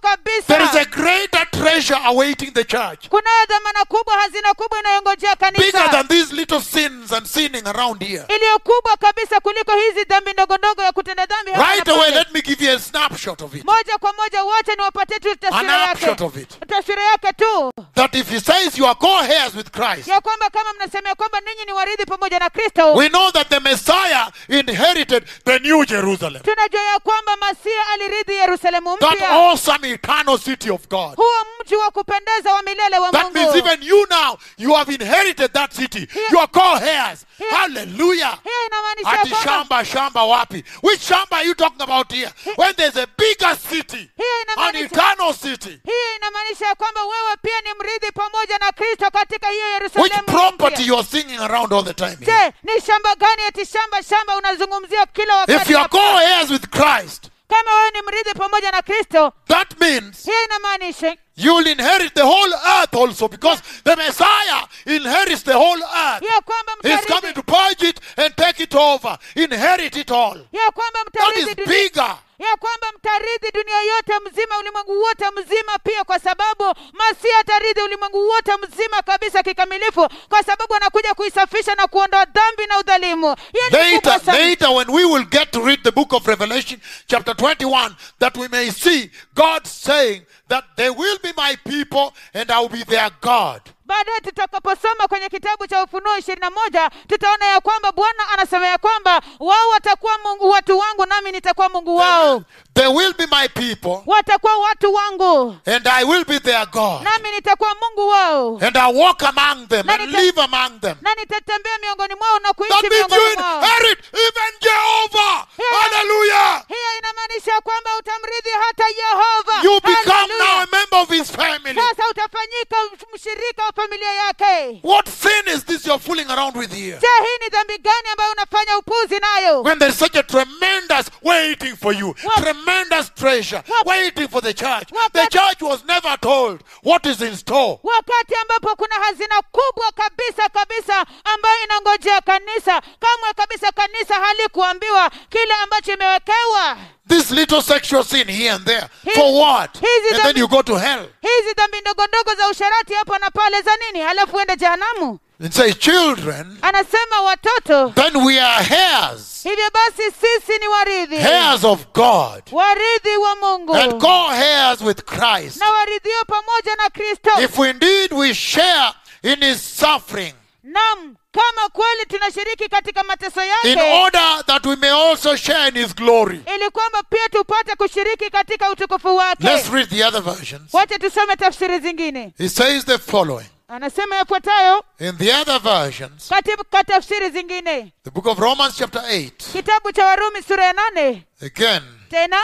Speaker 2: treasure awaiting the church.
Speaker 1: kunayo dhamana kubwa hazina kubwa inayongojea
Speaker 2: Bigger
Speaker 1: kanisa
Speaker 2: than these little sins and sinning around here.
Speaker 1: iliyo kubwa kabisa kuliko hizi dhambi ndogo ndogo ya kutenda dhambi hapa
Speaker 2: Right
Speaker 1: na pale.
Speaker 2: away, let me give you a snapshot of it.
Speaker 1: moja kwa moja wote niwapatie tu taswira
Speaker 2: An
Speaker 1: yake
Speaker 2: upshot of it.
Speaker 1: taswira yake tu
Speaker 2: That if he says you are co heirs with Christ,
Speaker 1: ya kwamba kama mnasemea kwamba ninyi ni warithi pamoja na kristo
Speaker 2: we know that the Messiah inherited the new Jerusalem,
Speaker 1: tunajua ya kwamba masia alirithi yerusalemu
Speaker 2: that
Speaker 1: mpya
Speaker 2: awesome eternal city of God.
Speaker 1: huo mji wa kupendeza wa milele wa
Speaker 2: That means
Speaker 1: mungu
Speaker 2: even you now, you have inherited that city. You are co heirs. Hallelujah.
Speaker 1: hiyo inamaanisha ya
Speaker 2: Ati
Speaker 1: kwamba
Speaker 2: shamba shamba wapi? Which shamba are you talking about here? When there's a bigger city,
Speaker 1: hiyo
Speaker 2: an
Speaker 1: inamaanisha
Speaker 2: eternal city,
Speaker 1: hiyo inamaanisha ya kwamba wewe pia ni mrithi pamoja na kristo katika hiyo
Speaker 2: which
Speaker 1: yerusalemu
Speaker 2: property
Speaker 1: mpya.
Speaker 2: you are singing around all the time. here?
Speaker 1: je ni shamba gani eti shamba shamba unazungumzia kila
Speaker 2: If
Speaker 1: wakati
Speaker 2: you are
Speaker 1: hapa?
Speaker 2: co-heirs with Christ,
Speaker 1: kama wewe ni mrithi pamoja na kristo
Speaker 2: that means
Speaker 1: hiyo inamaanisha
Speaker 2: you will inherit the whole earth also, because the Messiah inherits the whole earth.
Speaker 1: ya kwamba
Speaker 2: He's
Speaker 1: mtarithi
Speaker 2: coming to purge it and take it over, inherit it all.
Speaker 1: ya kwamba
Speaker 2: That
Speaker 1: mtarithi
Speaker 2: is
Speaker 1: dunia
Speaker 2: bigger.
Speaker 1: ya kwamba mtarithi dunia yote mzima ulimwengu wote mzima pia kwa sababu masia atarithi ulimwengu wote mzima kabisa kikamilifu kwa sababu anakuja kuisafisha na kuondoa dhambi na udhalimu Yeye ni
Speaker 2: Later,
Speaker 1: mkubwa sana.
Speaker 2: later, when we will get to read the book of Revelation, chapter 21, that we may see God saying that they will be my people and I will be their God.
Speaker 1: baadaye tutakaposoma kwenye kitabu cha ufunuo ishirini na moja tutaona ya kwamba bwana anasema ya kwamba wao watakuwa mungu, watu wangu nami nitakuwa mungu
Speaker 2: They
Speaker 1: wao
Speaker 2: will- They will be my people
Speaker 1: watakuwa watu wangu
Speaker 2: and I will be their God.
Speaker 1: nami nitakuwa mungu wao
Speaker 2: And I walk among them and
Speaker 1: Nani ta-
Speaker 2: live among them.
Speaker 1: na nitatembea miongoni mwao na
Speaker 2: That
Speaker 1: kuishi
Speaker 2: means you
Speaker 1: miongoni mwao
Speaker 2: inherit even Jehovah.
Speaker 1: Yeah.
Speaker 2: Hallelujah.
Speaker 1: hiyo inamaanisha kwamba utamrithi hata yehova
Speaker 2: You become
Speaker 1: Hallelujah.
Speaker 2: now a member of his family.
Speaker 1: sasa utafanyika mshirika wa familia yake
Speaker 2: What sin is this you're fooling around with here?
Speaker 1: je hii ni dhambi gani ambayo unafanya upuzi nayo
Speaker 2: When there's such a tremendous waiting for you,
Speaker 1: What?
Speaker 2: tremendous treasure
Speaker 1: What?
Speaker 2: waiting for the church.
Speaker 1: What?
Speaker 2: The church was never told what is in store.
Speaker 1: wakati ambapo kuna hazina kubwa kabisa kabisa ambayo inangojea kanisa kamwe kabisa kanisa halikuambiwa kile ambacho imewekewa
Speaker 2: This little sexual sin here and there.
Speaker 1: He-
Speaker 2: for what?
Speaker 1: he's
Speaker 2: and then
Speaker 1: the-
Speaker 2: you go to hell
Speaker 1: hizi dhambi ndogo ndogo za usharati hapa na pale za nini halafu uende jehanamu
Speaker 2: and say, Children,
Speaker 1: anasema watoto
Speaker 2: then we are heirs,
Speaker 1: hivyo basi sisi ni waridhi
Speaker 2: heirs of God,
Speaker 1: waridhi wa mungu
Speaker 2: and co heirs with Christ.
Speaker 1: na waridhio pamoja na kristo
Speaker 2: If indeed we share in his suffering,
Speaker 1: nam kama kweli tunashiriki katika mateso yake
Speaker 2: in order that we may also share in his glory.
Speaker 1: ili kwamba pia tupate kushiriki katika utukufu wake
Speaker 2: Let's read the other versions.
Speaker 1: wacha tusome tafsiri zingine
Speaker 2: He says the following.
Speaker 1: anasema yafuatayo
Speaker 2: In the other versions,
Speaker 1: katika tafsiri zingine
Speaker 2: the book of Romans, chapter 8,
Speaker 1: kitabu cha warumi sura ya nane
Speaker 2: again,
Speaker 1: tena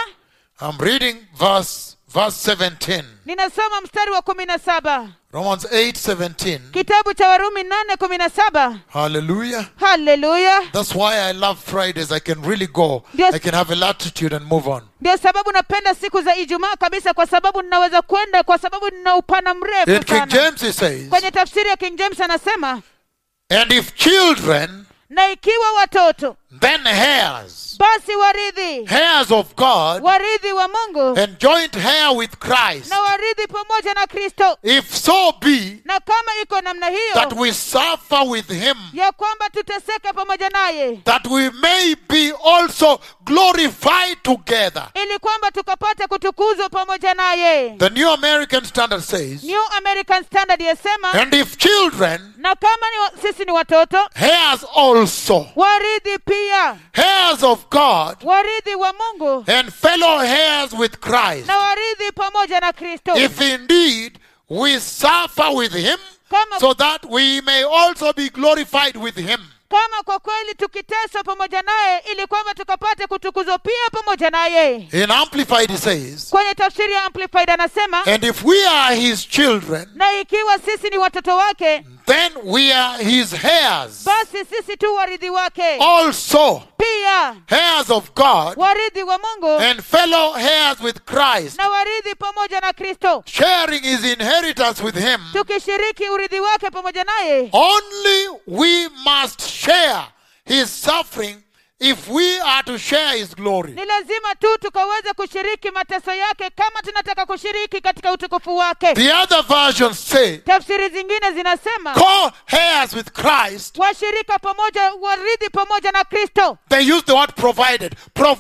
Speaker 2: I'm reading verse, verse 17.
Speaker 1: ninasoma mstari wa kumi na saba
Speaker 2: Romans 8 17.
Speaker 1: kitabu cha warumi nane kumi na saba
Speaker 2: Hallelujah.
Speaker 1: haleluya
Speaker 2: That's why I love Fridays. I can really go,
Speaker 1: Yes.
Speaker 2: I can have a latitude and move on.
Speaker 1: ndio sababu napenda siku za ijumaa kabisa kwa sababu ninaweza kwenda kwa sababu nina upana
Speaker 2: In
Speaker 1: mrefu
Speaker 2: King
Speaker 1: sana
Speaker 2: James, he says,
Speaker 1: kwenye tafsiri ya king james anasema
Speaker 2: And if children,
Speaker 1: na ikiwa watoto
Speaker 2: then heirs,
Speaker 1: basi waridhi
Speaker 2: heirs of God,
Speaker 1: waridhi wa mungu
Speaker 2: and joint heir with Christ,
Speaker 1: na waridhi pamoja na kristo
Speaker 2: if so be
Speaker 1: na kama iko namna
Speaker 2: that
Speaker 1: hiyo
Speaker 2: we suffer with him,
Speaker 1: ya kwamba tuteseke pamoja naye
Speaker 2: that we may be also glorified together.
Speaker 1: ili kwamba tukapate kutukuzwa pamoja naye
Speaker 2: The New American Standard says,
Speaker 1: new american standard yasema
Speaker 2: and if children,
Speaker 1: na kama ni wa, sisi ni watoto
Speaker 2: heirs also,
Speaker 1: waridhi pia
Speaker 2: heirs of God,
Speaker 1: waridhi wa mungu
Speaker 2: and fellow heirs with Christ,
Speaker 1: na waridhi pamoja na kristo
Speaker 2: if indeed we suffer with him,
Speaker 1: kama,
Speaker 2: so that we may also be glorified with him.
Speaker 1: kama kwa kweli tukiteswa pamoja naye ili kwamba tukapate kutukuzwa pia pamoja naye
Speaker 2: In Amplified, it says,
Speaker 1: kwenye tafsiri ya amplified anasema
Speaker 2: and if we are his children,
Speaker 1: na ikiwa sisi ni watoto wake
Speaker 2: then we are his heirs
Speaker 1: basi sisi tu waridhi wake
Speaker 2: Oh. also.
Speaker 1: pia
Speaker 2: heirs of God
Speaker 1: waridhi wa mungu
Speaker 2: and fellow heirs with Christ,
Speaker 1: na waridhi pamoja na kristo
Speaker 2: sharing his inheritance with him,
Speaker 1: tukishiriki urithi
Speaker 2: Oh.
Speaker 1: wake pamoja naye
Speaker 2: only we must share his suffering if we are to share his glory.
Speaker 1: ni lazima tu tukaweze kushiriki mateso yake kama tunataka kushiriki katika utukufu wake
Speaker 2: The other versions say,
Speaker 1: tafsiri zingine zinasema
Speaker 2: co-heirs with Christ.
Speaker 1: washirika pamoja warithi pamoja na kristo
Speaker 2: They use the word provided.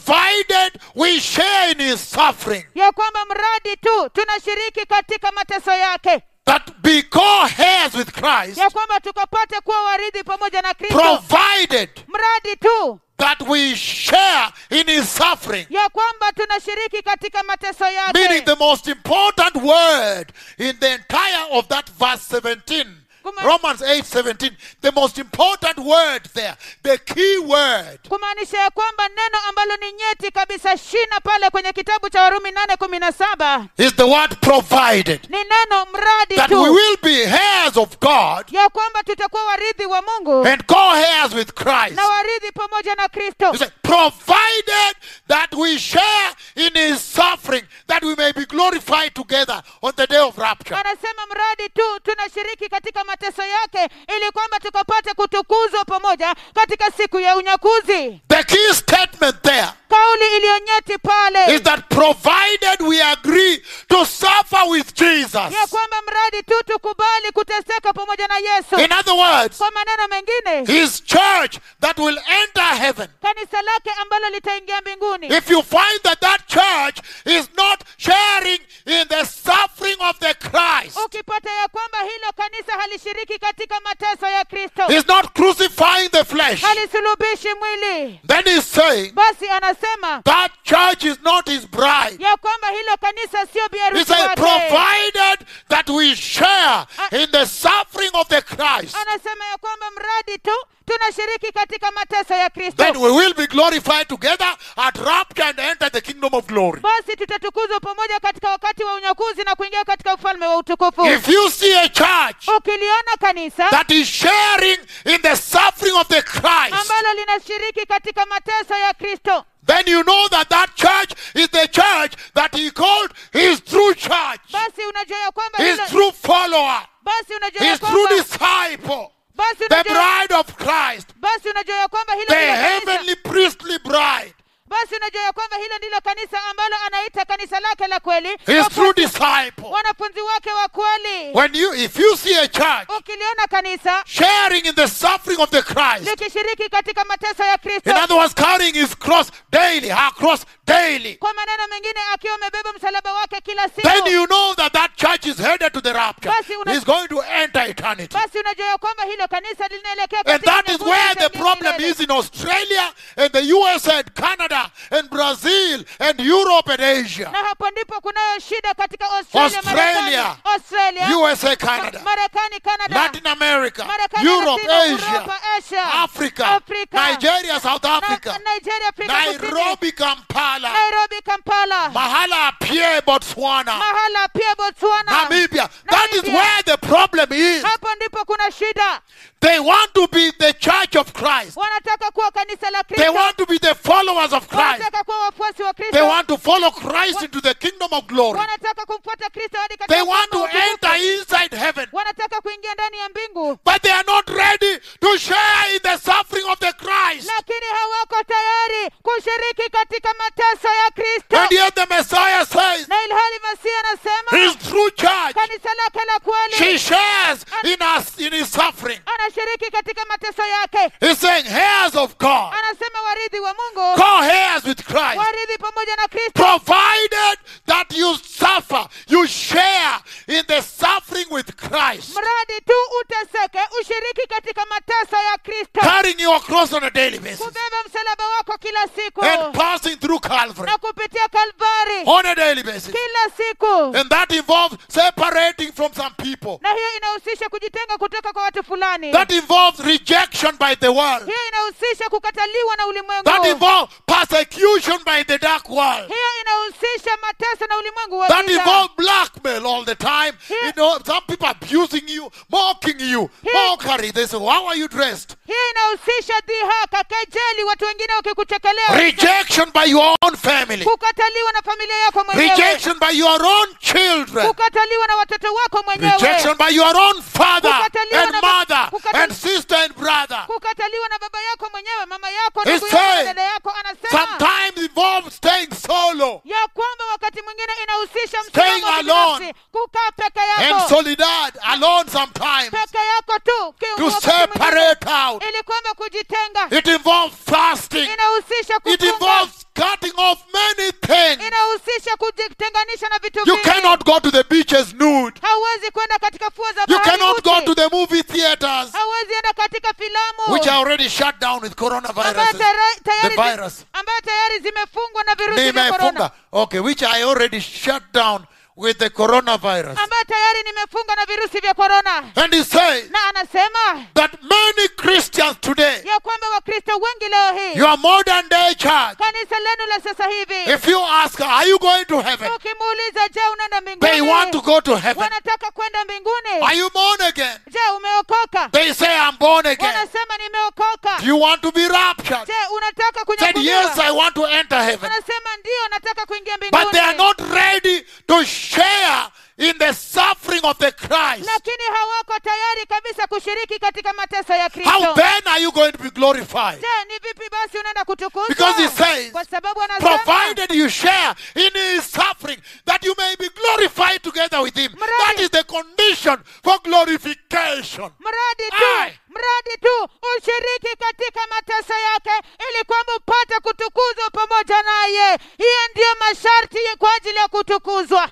Speaker 2: Provided we share in his suffering.
Speaker 1: ya kwamba mradi tu tunashiriki katika mateso yake
Speaker 2: That be co-heirs with Christ.
Speaker 1: ya kwamba tukapate kuwa warithi pamoja na kristo
Speaker 2: Provided
Speaker 1: mradi tu
Speaker 2: that we share in his suffering.
Speaker 1: ya kwamba tunashiriki katika mateso yake
Speaker 2: Meaning the most important word in the entire of that verse 17.
Speaker 1: Kuma-
Speaker 2: Romans 8 17. The most important word there. The key word.
Speaker 1: kumaanisha ya kwamba neno ambalo ni nyeti kabisa shina pale kwenye kitabu cha warumi 8 kumi na saba
Speaker 2: Is the word provided.
Speaker 1: ni neno mradi
Speaker 2: That we
Speaker 1: tu
Speaker 2: will be heirs of God
Speaker 1: ya kwamba tutakuwa warithi wa mungu
Speaker 2: and co-heirs with Christ.
Speaker 1: na warithi pamoja na kristo
Speaker 2: He said, provided that we share in his suffering, that we may be glorified together on the day of rapture.
Speaker 1: anasema mradi tu tunashiriki katika mateso yake ili kwamba tukapate kutukuzwa pamoja katika siku ya unyakuzi
Speaker 2: The key statement there
Speaker 1: kauli iliyonyeti pale
Speaker 2: is that provided we agree to suffer with Jesus.
Speaker 1: ya kwamba mradi tu tukubali kuteseka pamoja na yesu
Speaker 2: In other words,
Speaker 1: kwa maneno mengine
Speaker 2: his church that will enter heaven.
Speaker 1: kanisa lake ambalo litaingia mbinguni
Speaker 2: If you find that that church is not sharing in the suffering of the Christ,
Speaker 1: ukipata ya kwamba hilo kanisa halishiriki katika mateso ya kristo
Speaker 2: is not crucifying the flesh,
Speaker 1: halisulubishi mwili
Speaker 2: then he's saying
Speaker 1: basi anasema
Speaker 2: that church is not his bride.
Speaker 1: ya kwamba hilo kanisa sio
Speaker 2: He
Speaker 1: biarusi
Speaker 2: said,
Speaker 1: wake
Speaker 2: provided that we share in the suffering of the Christ,
Speaker 1: anasema ya kwamba mradi tu tunashiriki katika mateso ya kristo
Speaker 2: then we will be glorified together at rapture and enter the kingdom of glory.
Speaker 1: basi tutatukuzwa pamoja katika wakati wa unyakuzi na kuingia katika ufalme wa utukufu
Speaker 2: If you see a church
Speaker 1: Oh. ukiliona kanisa
Speaker 2: that is sharing in the suffering of the Christ,
Speaker 1: ambalo linashiriki katika mateso ya kristo
Speaker 2: then you know that that church is the church that he called his true church,
Speaker 1: basi unajua ya kwamba
Speaker 2: his
Speaker 1: hilo-
Speaker 2: true follower,
Speaker 1: basi unajua ya
Speaker 2: his true
Speaker 1: kwamba
Speaker 2: disciple,
Speaker 1: basi
Speaker 2: the
Speaker 1: unajua
Speaker 2: bride of Christ,
Speaker 1: basi unajua ya kwamba hilo
Speaker 2: the
Speaker 1: ndilo kanisa
Speaker 2: heavenly priestly bride,
Speaker 1: basi unajua ya kwamba hilo ndilo kanisa ambalo anaita kanisa lake la kweli
Speaker 2: his
Speaker 1: Wafu-
Speaker 2: true disciple.
Speaker 1: wanafunzi wake wa kweli
Speaker 2: When you, if you see a church
Speaker 1: Oh. ukiliona kanisa
Speaker 2: sharing in the suffering of the Christ,
Speaker 1: likishiriki katika mateso ya
Speaker 2: in
Speaker 1: kristo
Speaker 2: other words, carrying his cross daily, her cross daily,
Speaker 1: kwa maneno mengine akiwa amebeba msalaba wake kila siku
Speaker 2: then you know that that church is headed to the rapture.
Speaker 1: Basi una-
Speaker 2: He's going to enter eternity.
Speaker 1: basi unajua ya kwamba hilo kanisa linaelekea
Speaker 2: And
Speaker 1: katika
Speaker 2: that is
Speaker 1: unyakuzi
Speaker 2: where the
Speaker 1: utaingia
Speaker 2: problem
Speaker 1: milele.
Speaker 2: is in Australia and the US and Canada and Brazil and Europe and Asia.
Speaker 1: na hapo ndipo kunayo shida katika australia Marekani,
Speaker 2: Australia.
Speaker 1: Australia,
Speaker 2: USA,
Speaker 1: Ma-
Speaker 2: Canada,
Speaker 1: marekani canada
Speaker 2: Latin America,
Speaker 1: Marekani,
Speaker 2: Europe,
Speaker 1: Latino,
Speaker 2: Asia,
Speaker 1: Europa, Asia,
Speaker 2: Africa,
Speaker 1: Afrika,
Speaker 2: Nigeria, South
Speaker 1: na-
Speaker 2: Africa,
Speaker 1: Nigeria, Afrika Kusini,
Speaker 2: Nairobi, Kampala,
Speaker 1: Nairobi, Kampala,
Speaker 2: Mahala, Pierre, Botswana,
Speaker 1: mahala pia Botswana.
Speaker 2: Namibia. That is
Speaker 1: Namibia.
Speaker 2: where the problem is.
Speaker 1: Hapo ndipo kuna shida.
Speaker 2: They want to be the church of Christ.
Speaker 1: Wanataka kuwa kanisa la
Speaker 2: They
Speaker 1: Kristo,
Speaker 2: want to be the followers of Christ.
Speaker 1: wanataka kuwa wafuasi wa
Speaker 2: They
Speaker 1: Kristo,
Speaker 2: want to follow Christ into the kingdom of glory.
Speaker 1: wanataka kumfuata Kristo hadi katika
Speaker 2: They
Speaker 1: ufalme
Speaker 2: want to
Speaker 1: wa utukufu.
Speaker 2: enter inside heaven,
Speaker 1: wanataka kuingia ndani ya mbingu,
Speaker 2: but they are not ready to share in the suffering of the Christ.
Speaker 1: lakini hawako tayari kushiriki katika mateso ya
Speaker 2: And
Speaker 1: Kristo.
Speaker 2: yet the Messiah says,
Speaker 1: Na ilhali Masihi
Speaker 2: His
Speaker 1: anasema
Speaker 2: true church,
Speaker 1: kanisa lake la
Speaker 2: she
Speaker 1: kweli
Speaker 2: shares in us in his suffering.
Speaker 1: anashiriki katika mateso yake,
Speaker 2: He's saying, heirs of God,
Speaker 1: anasema warithi wa Mungu,
Speaker 2: co-heirs with Christ.
Speaker 1: warithi pamoja na Kristo,
Speaker 2: provided that you suffer, you share in the suffering with Christ,
Speaker 1: mradi tu uteseke, ushiriki katika mateso ya Kristo,
Speaker 2: carrying your cross on a daily basis
Speaker 1: kubeba msalaba wako kila siku
Speaker 2: and passing through Calvary
Speaker 1: na kupitia Kalvari
Speaker 2: on a daily basis.
Speaker 1: kila siku,
Speaker 2: And that involves separating from some people.
Speaker 1: na hiyo inahusisha kujitenga kutoka kwa watu fulani.
Speaker 2: That involves rejection by the world.
Speaker 1: hiyo inahusisha kukataliwa na ulimwengu
Speaker 2: That involves persecution by the dark world.
Speaker 1: hiyo inahusisha mateso na ulimwengu wa
Speaker 2: That
Speaker 1: giza.
Speaker 2: involves blackmail all the time. You know, some people abusing you, mocking you, mockery. They say, How are you dressed?
Speaker 1: hiyo inahusisha dhihaka kejeli watu wengine wakikuchekelea
Speaker 2: Rejection by your own family.
Speaker 1: kukataliwa na familia familia yako mwenyewe
Speaker 2: rejection by your own children,
Speaker 1: kukataliwa na watoto wako mwenyewe
Speaker 2: rejection by your own father
Speaker 1: Kukataliwa
Speaker 2: and
Speaker 1: na ba-
Speaker 2: mother
Speaker 1: kukataliwa-
Speaker 2: and sister and brother.
Speaker 1: kukataliwa na baba yako mwenyewe mama yako
Speaker 2: He
Speaker 1: ndugu yako
Speaker 2: said,
Speaker 1: dada yako anasema
Speaker 2: Sometimes involves staying solo
Speaker 1: ya kwamba wakati mwingine inahusisha
Speaker 2: Staying
Speaker 1: msimamo wa
Speaker 2: alone.
Speaker 1: binafsi, kukaa peke
Speaker 2: and
Speaker 1: yako
Speaker 2: solidad, alone sometimes,
Speaker 1: peke yako tu ki-
Speaker 2: to
Speaker 1: wakati mwingine,
Speaker 2: separate out.
Speaker 1: ili kwamba kujitenga
Speaker 2: It involves fasting.
Speaker 1: inahusisha
Speaker 2: It
Speaker 1: kufunga
Speaker 2: involves cutting off many things.
Speaker 1: inahusisha kujitenganisha na vitu
Speaker 2: You
Speaker 1: vingi
Speaker 2: cannot go to the beaches nude.
Speaker 1: hauwezi kwenda katika fuo za
Speaker 2: You
Speaker 1: bahari
Speaker 2: cannot go
Speaker 1: uchi.
Speaker 2: to the movie theaters,
Speaker 1: hauwezi enda katika
Speaker 2: which
Speaker 1: filamu
Speaker 2: are already shut down with
Speaker 1: ambayo
Speaker 2: coronavirus.
Speaker 1: tara- tayari
Speaker 2: The
Speaker 1: zi-
Speaker 2: virus.
Speaker 1: ambayo tayari zimefungwa na virusi vya korona
Speaker 2: Nimefunga. Okay, which I already shut down with the coronavirus.
Speaker 1: ambayo tayari nimefunga na virusi vya korona
Speaker 2: And he says
Speaker 1: na anasema
Speaker 2: that many Christians today,
Speaker 1: ya kwamba wakristo wengi leo hii
Speaker 2: your modern day church,
Speaker 1: kanisa lenu la sasa hivi
Speaker 2: if you ask, are you going to heaven?
Speaker 1: ukimuuliza je unaenda
Speaker 2: They want to
Speaker 1: mbinguni
Speaker 2: go to heaven.
Speaker 1: wanataka kwenda mbinguni
Speaker 2: Are you born again?
Speaker 1: je umeokoka
Speaker 2: They say, I'm born again.
Speaker 1: wanasema nimeokoka
Speaker 2: Do you want to be raptured?
Speaker 1: je unataka
Speaker 2: Said, yes,
Speaker 1: kunyakuliwa
Speaker 2: I want to enter heaven.
Speaker 1: wanasema ndio nataka kuingia
Speaker 2: But they are
Speaker 1: mbinguni
Speaker 2: not ready to share in the suffering of the Christ.
Speaker 1: lakini hawako tayari kabisa kushiriki katika mateso ya
Speaker 2: How
Speaker 1: kristo
Speaker 2: then are you going to be glorified?
Speaker 1: je ni vipi basi unaenda kutukuzwa
Speaker 2: Because he says,
Speaker 1: kwa sababu anasema
Speaker 2: Provided you share in his suffering, that you may be glorified together with him. That is the condition for glorification.
Speaker 1: mradi tu
Speaker 2: Aye.
Speaker 1: mradi tu ushiriki katika mateso yake ili kwamba upate kutukuzwa pamoja naye hiyo ndiyo masharti ya- kwa ajili ya kutukuzwa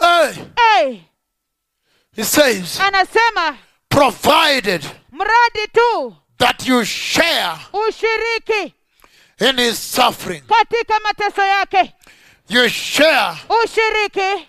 Speaker 2: Hey,
Speaker 1: hey,
Speaker 2: he says,
Speaker 1: Ah. anasema
Speaker 2: provided
Speaker 1: mradi tu
Speaker 2: that you share
Speaker 1: ushiriki
Speaker 2: in his suffering,
Speaker 1: katika mateso yake
Speaker 2: you share
Speaker 1: ushiriki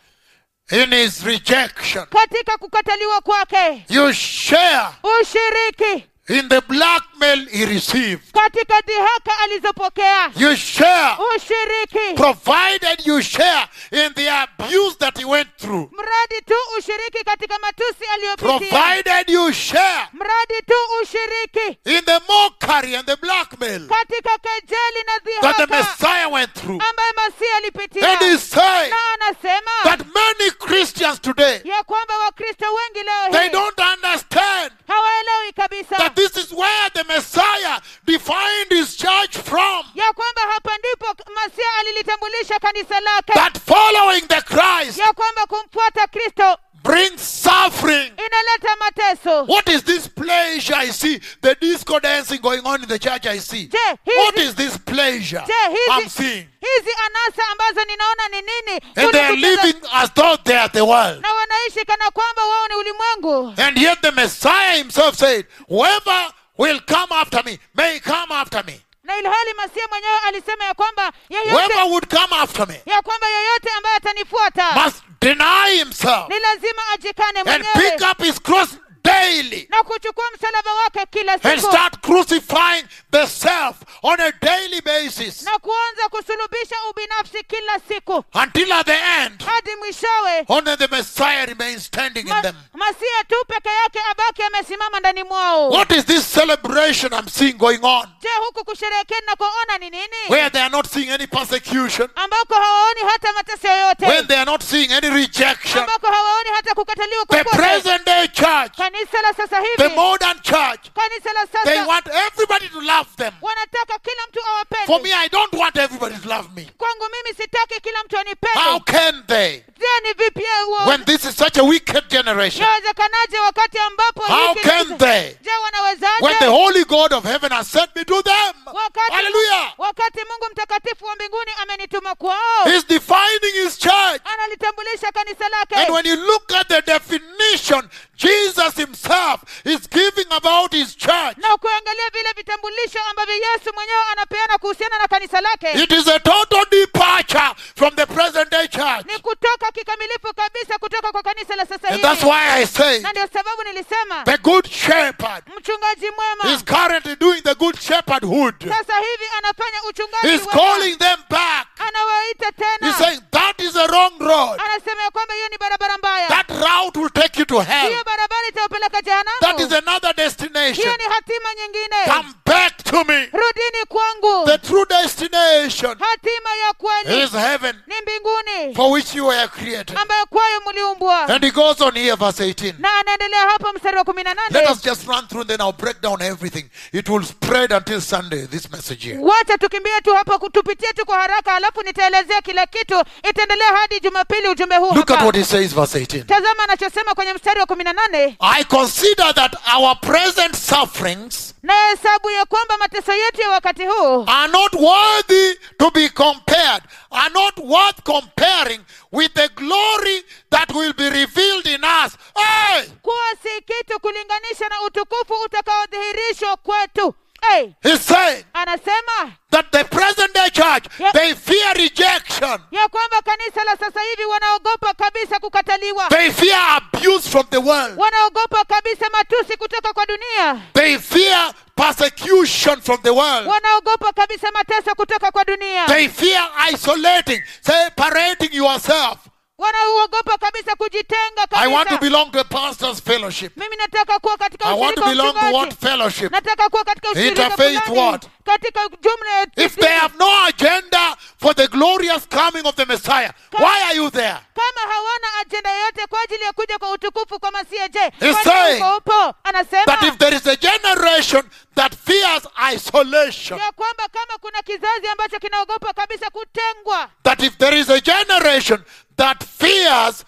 Speaker 2: in his rejection,
Speaker 1: katika kukataliwa kwake
Speaker 2: you share
Speaker 1: ushiriki
Speaker 2: in the blackmail he received.
Speaker 1: katika dhihaka alizopokea
Speaker 2: You share,
Speaker 1: ushiriki
Speaker 2: provided you share in the abuse that he went through.
Speaker 1: mradi tu ushiriki katika matusi aliyopitia
Speaker 2: Provided you share
Speaker 1: mradi tu ushiriki
Speaker 2: in the mockery and the blackmail
Speaker 1: katika kejeli na
Speaker 2: that the
Speaker 1: dhihaka
Speaker 2: Messiah went through.
Speaker 1: ambayo masihi alipitia
Speaker 2: And he says
Speaker 1: na anasema
Speaker 2: that many Christians today
Speaker 1: ya kwamba wakristo wengi leo
Speaker 2: they
Speaker 1: hii
Speaker 2: don't understand
Speaker 1: hawaelewi kabisa
Speaker 2: that this is where the Messiah defined his church from.
Speaker 1: ya kwamba hapa ndipo masihi alilitambulisha kanisa lake
Speaker 2: That following the Christ
Speaker 1: ya kwamba kumfuata kristo
Speaker 2: brings suffering.
Speaker 1: inaleta mateso
Speaker 2: What is this pleasure I see? The disco dancing going on in the church I see.
Speaker 1: Je, hizi-
Speaker 2: What is this pleasure
Speaker 1: je
Speaker 2: I'm
Speaker 1: hizi,
Speaker 2: seeing?
Speaker 1: hizi anasa ambazo ninaona ni nini Kule
Speaker 2: And they are
Speaker 1: kucheza-
Speaker 2: living as though they are the world.
Speaker 1: na wanaishi kana kwamba wao ni ulimwengu
Speaker 2: And yet the Messiah himself said, Whoever will come after me may come after me.
Speaker 1: na ilhali masihi mwenyewe alisema ya kwamba yeyote
Speaker 2: Whoever would come after me
Speaker 1: ya kwamba yeyote ambaye atanifuata
Speaker 2: must deny himself
Speaker 1: ni lazima ajikane
Speaker 2: and
Speaker 1: mwenyewe
Speaker 2: pick up his cross daily
Speaker 1: na kuchukua msalaba wake kila
Speaker 2: and
Speaker 1: siku
Speaker 2: start crucifying the self on a daily basis
Speaker 1: na kuanza kusulubisha ubinafsi kila siku
Speaker 2: until at the end,
Speaker 1: hadi mwishowe
Speaker 2: only the Messiah remains standing in
Speaker 1: ma-
Speaker 2: them.
Speaker 1: masihi tu peke yake abaki amesimama ndani mwao
Speaker 2: What is this celebration I'm seeing going on?
Speaker 1: je huku kusherehekea nakoona ni nini
Speaker 2: Where they are not seeing any persecution,
Speaker 1: ambako hawaoni hata mateso
Speaker 2: when
Speaker 1: yoyote
Speaker 2: they are not seeing any rejection.
Speaker 1: ambako hawaoni hata kukataliwa
Speaker 2: The
Speaker 1: kokote
Speaker 2: present day church,
Speaker 1: kanisa la sasa
Speaker 2: the
Speaker 1: hivi
Speaker 2: modern church,
Speaker 1: kanisa la
Speaker 2: they
Speaker 1: sasa
Speaker 2: want everybody to love them.
Speaker 1: wanataka kila mtu
Speaker 2: For me,
Speaker 1: awapende
Speaker 2: I don't want everybody to love me.
Speaker 1: kwangu mimi sitaki kila mtu
Speaker 2: How
Speaker 1: anipende
Speaker 2: can they?
Speaker 1: je ni vipi huo
Speaker 2: When this is such a wicked generation,
Speaker 1: yawezekanaje wakati ambapo
Speaker 2: how
Speaker 1: hiki-
Speaker 2: can they?
Speaker 1: je
Speaker 2: When the
Speaker 1: wanawezaje
Speaker 2: holy God of heaven has sent me to them.
Speaker 1: wakati,
Speaker 2: Hallelujah.
Speaker 1: wakati mungu mtakatifu wa mbinguni amenituma kwao
Speaker 2: He's defining his church.
Speaker 1: analitambulisha kanisa
Speaker 2: And
Speaker 1: lake
Speaker 2: when you look at the definition Jesus himself is giving about his church,
Speaker 1: na kuangalia vile vitambulisho ambavyo yesu mwenyewe anapeana kuhusiana na kanisa lake
Speaker 2: It is a total departure from the present day church.
Speaker 1: ni kutoka kikamilifu kabisa kutoka kwa kanisa la sasa
Speaker 2: And that's
Speaker 1: hivi
Speaker 2: why I say
Speaker 1: na ndio sababu nilisema
Speaker 2: the good shepherd
Speaker 1: mchungaji mwema
Speaker 2: is currently doing the good shepherdhood.
Speaker 1: sasa hivi anafanya uchungaji
Speaker 2: He's
Speaker 1: wema.
Speaker 2: calling them back.
Speaker 1: anawaita
Speaker 2: He's
Speaker 1: tena
Speaker 2: saying that is the wrong road.
Speaker 1: anasema ya kwamba hiyo ni barabara mbaya
Speaker 2: That route will take you to hell.
Speaker 1: hiyo barabara itawapeleka
Speaker 2: That is
Speaker 1: jehanamu
Speaker 2: another destination.
Speaker 1: hiyo ni hatima nyingine
Speaker 2: Come back to me.
Speaker 1: rudini kwangu
Speaker 2: The true destination
Speaker 1: hatima ya kweli
Speaker 2: is heaven.
Speaker 1: ni dhambi
Speaker 2: for which you were created.
Speaker 1: ambayo kwayo mliumbwa
Speaker 2: And he goes on here, verse 18.
Speaker 1: na anaendelea hapa mstari wa kumi na
Speaker 2: Let
Speaker 1: nane
Speaker 2: us just run through and then I'll break down everything. It will spread until Sunday, this message here.
Speaker 1: wacha tukimbie tu hapa kutupitie tu kwa haraka halafu nitaelezea kila kitu itaendelea hadi jumapili ujumbe huu
Speaker 2: Look at
Speaker 1: hapa
Speaker 2: what he says, verse 18.
Speaker 1: tazama anachosema kwenye mstari wa kumi na nane
Speaker 2: I consider that our present sufferings
Speaker 1: na hesabu ya kwamba mateso yetu ya wakati huu
Speaker 2: are not worthy to be compared, are not worth comparing with the glory that will be revealed in us. Hey!
Speaker 1: kuwa si kitu kulinganisha na utukufu utakaodhihirishwa kwetu hey,
Speaker 2: He's saying
Speaker 1: anasema
Speaker 2: that the present day church,
Speaker 1: Yep.
Speaker 2: they fear rejection.
Speaker 1: ya kwamba kanisa la sasa hivi wanaogopa kabisa kukataliwa
Speaker 2: They fear abuse from the world.
Speaker 1: wanaogopa kabisa matusi kutoka kwa dunia
Speaker 2: They fear persecution from the world.
Speaker 1: wanaogopa kabisa mateso kutoka kwa dunia
Speaker 2: They fear isolating, separating yourself.
Speaker 1: wanaogopa kabisa kujitenga
Speaker 2: I want to
Speaker 1: kabisa
Speaker 2: belong to a pastor's fellowship.
Speaker 1: mimi nataka kuwa
Speaker 2: I
Speaker 1: katika
Speaker 2: want to
Speaker 1: ushirika wa
Speaker 2: belong to what
Speaker 1: mchungaji
Speaker 2: fellowship?
Speaker 1: nataka kuwa katika ushirika
Speaker 2: Interfaith
Speaker 1: fulani
Speaker 2: what?
Speaker 1: katika jumla ya
Speaker 2: If they have no agenda for the glorious coming of the Messiah, why are you there?
Speaker 1: kama hawana ajenda yoyote kwa ajili ya kuja kwa utukufu kwa masia je
Speaker 2: He's
Speaker 1: kwani
Speaker 2: saying
Speaker 1: uko upo anasema
Speaker 2: That if there is a generation that fears isolation,
Speaker 1: ya kwamba kama kuna kizazi ambacho kinaogopa kabisa kutengwa
Speaker 2: that if there is a generation that fears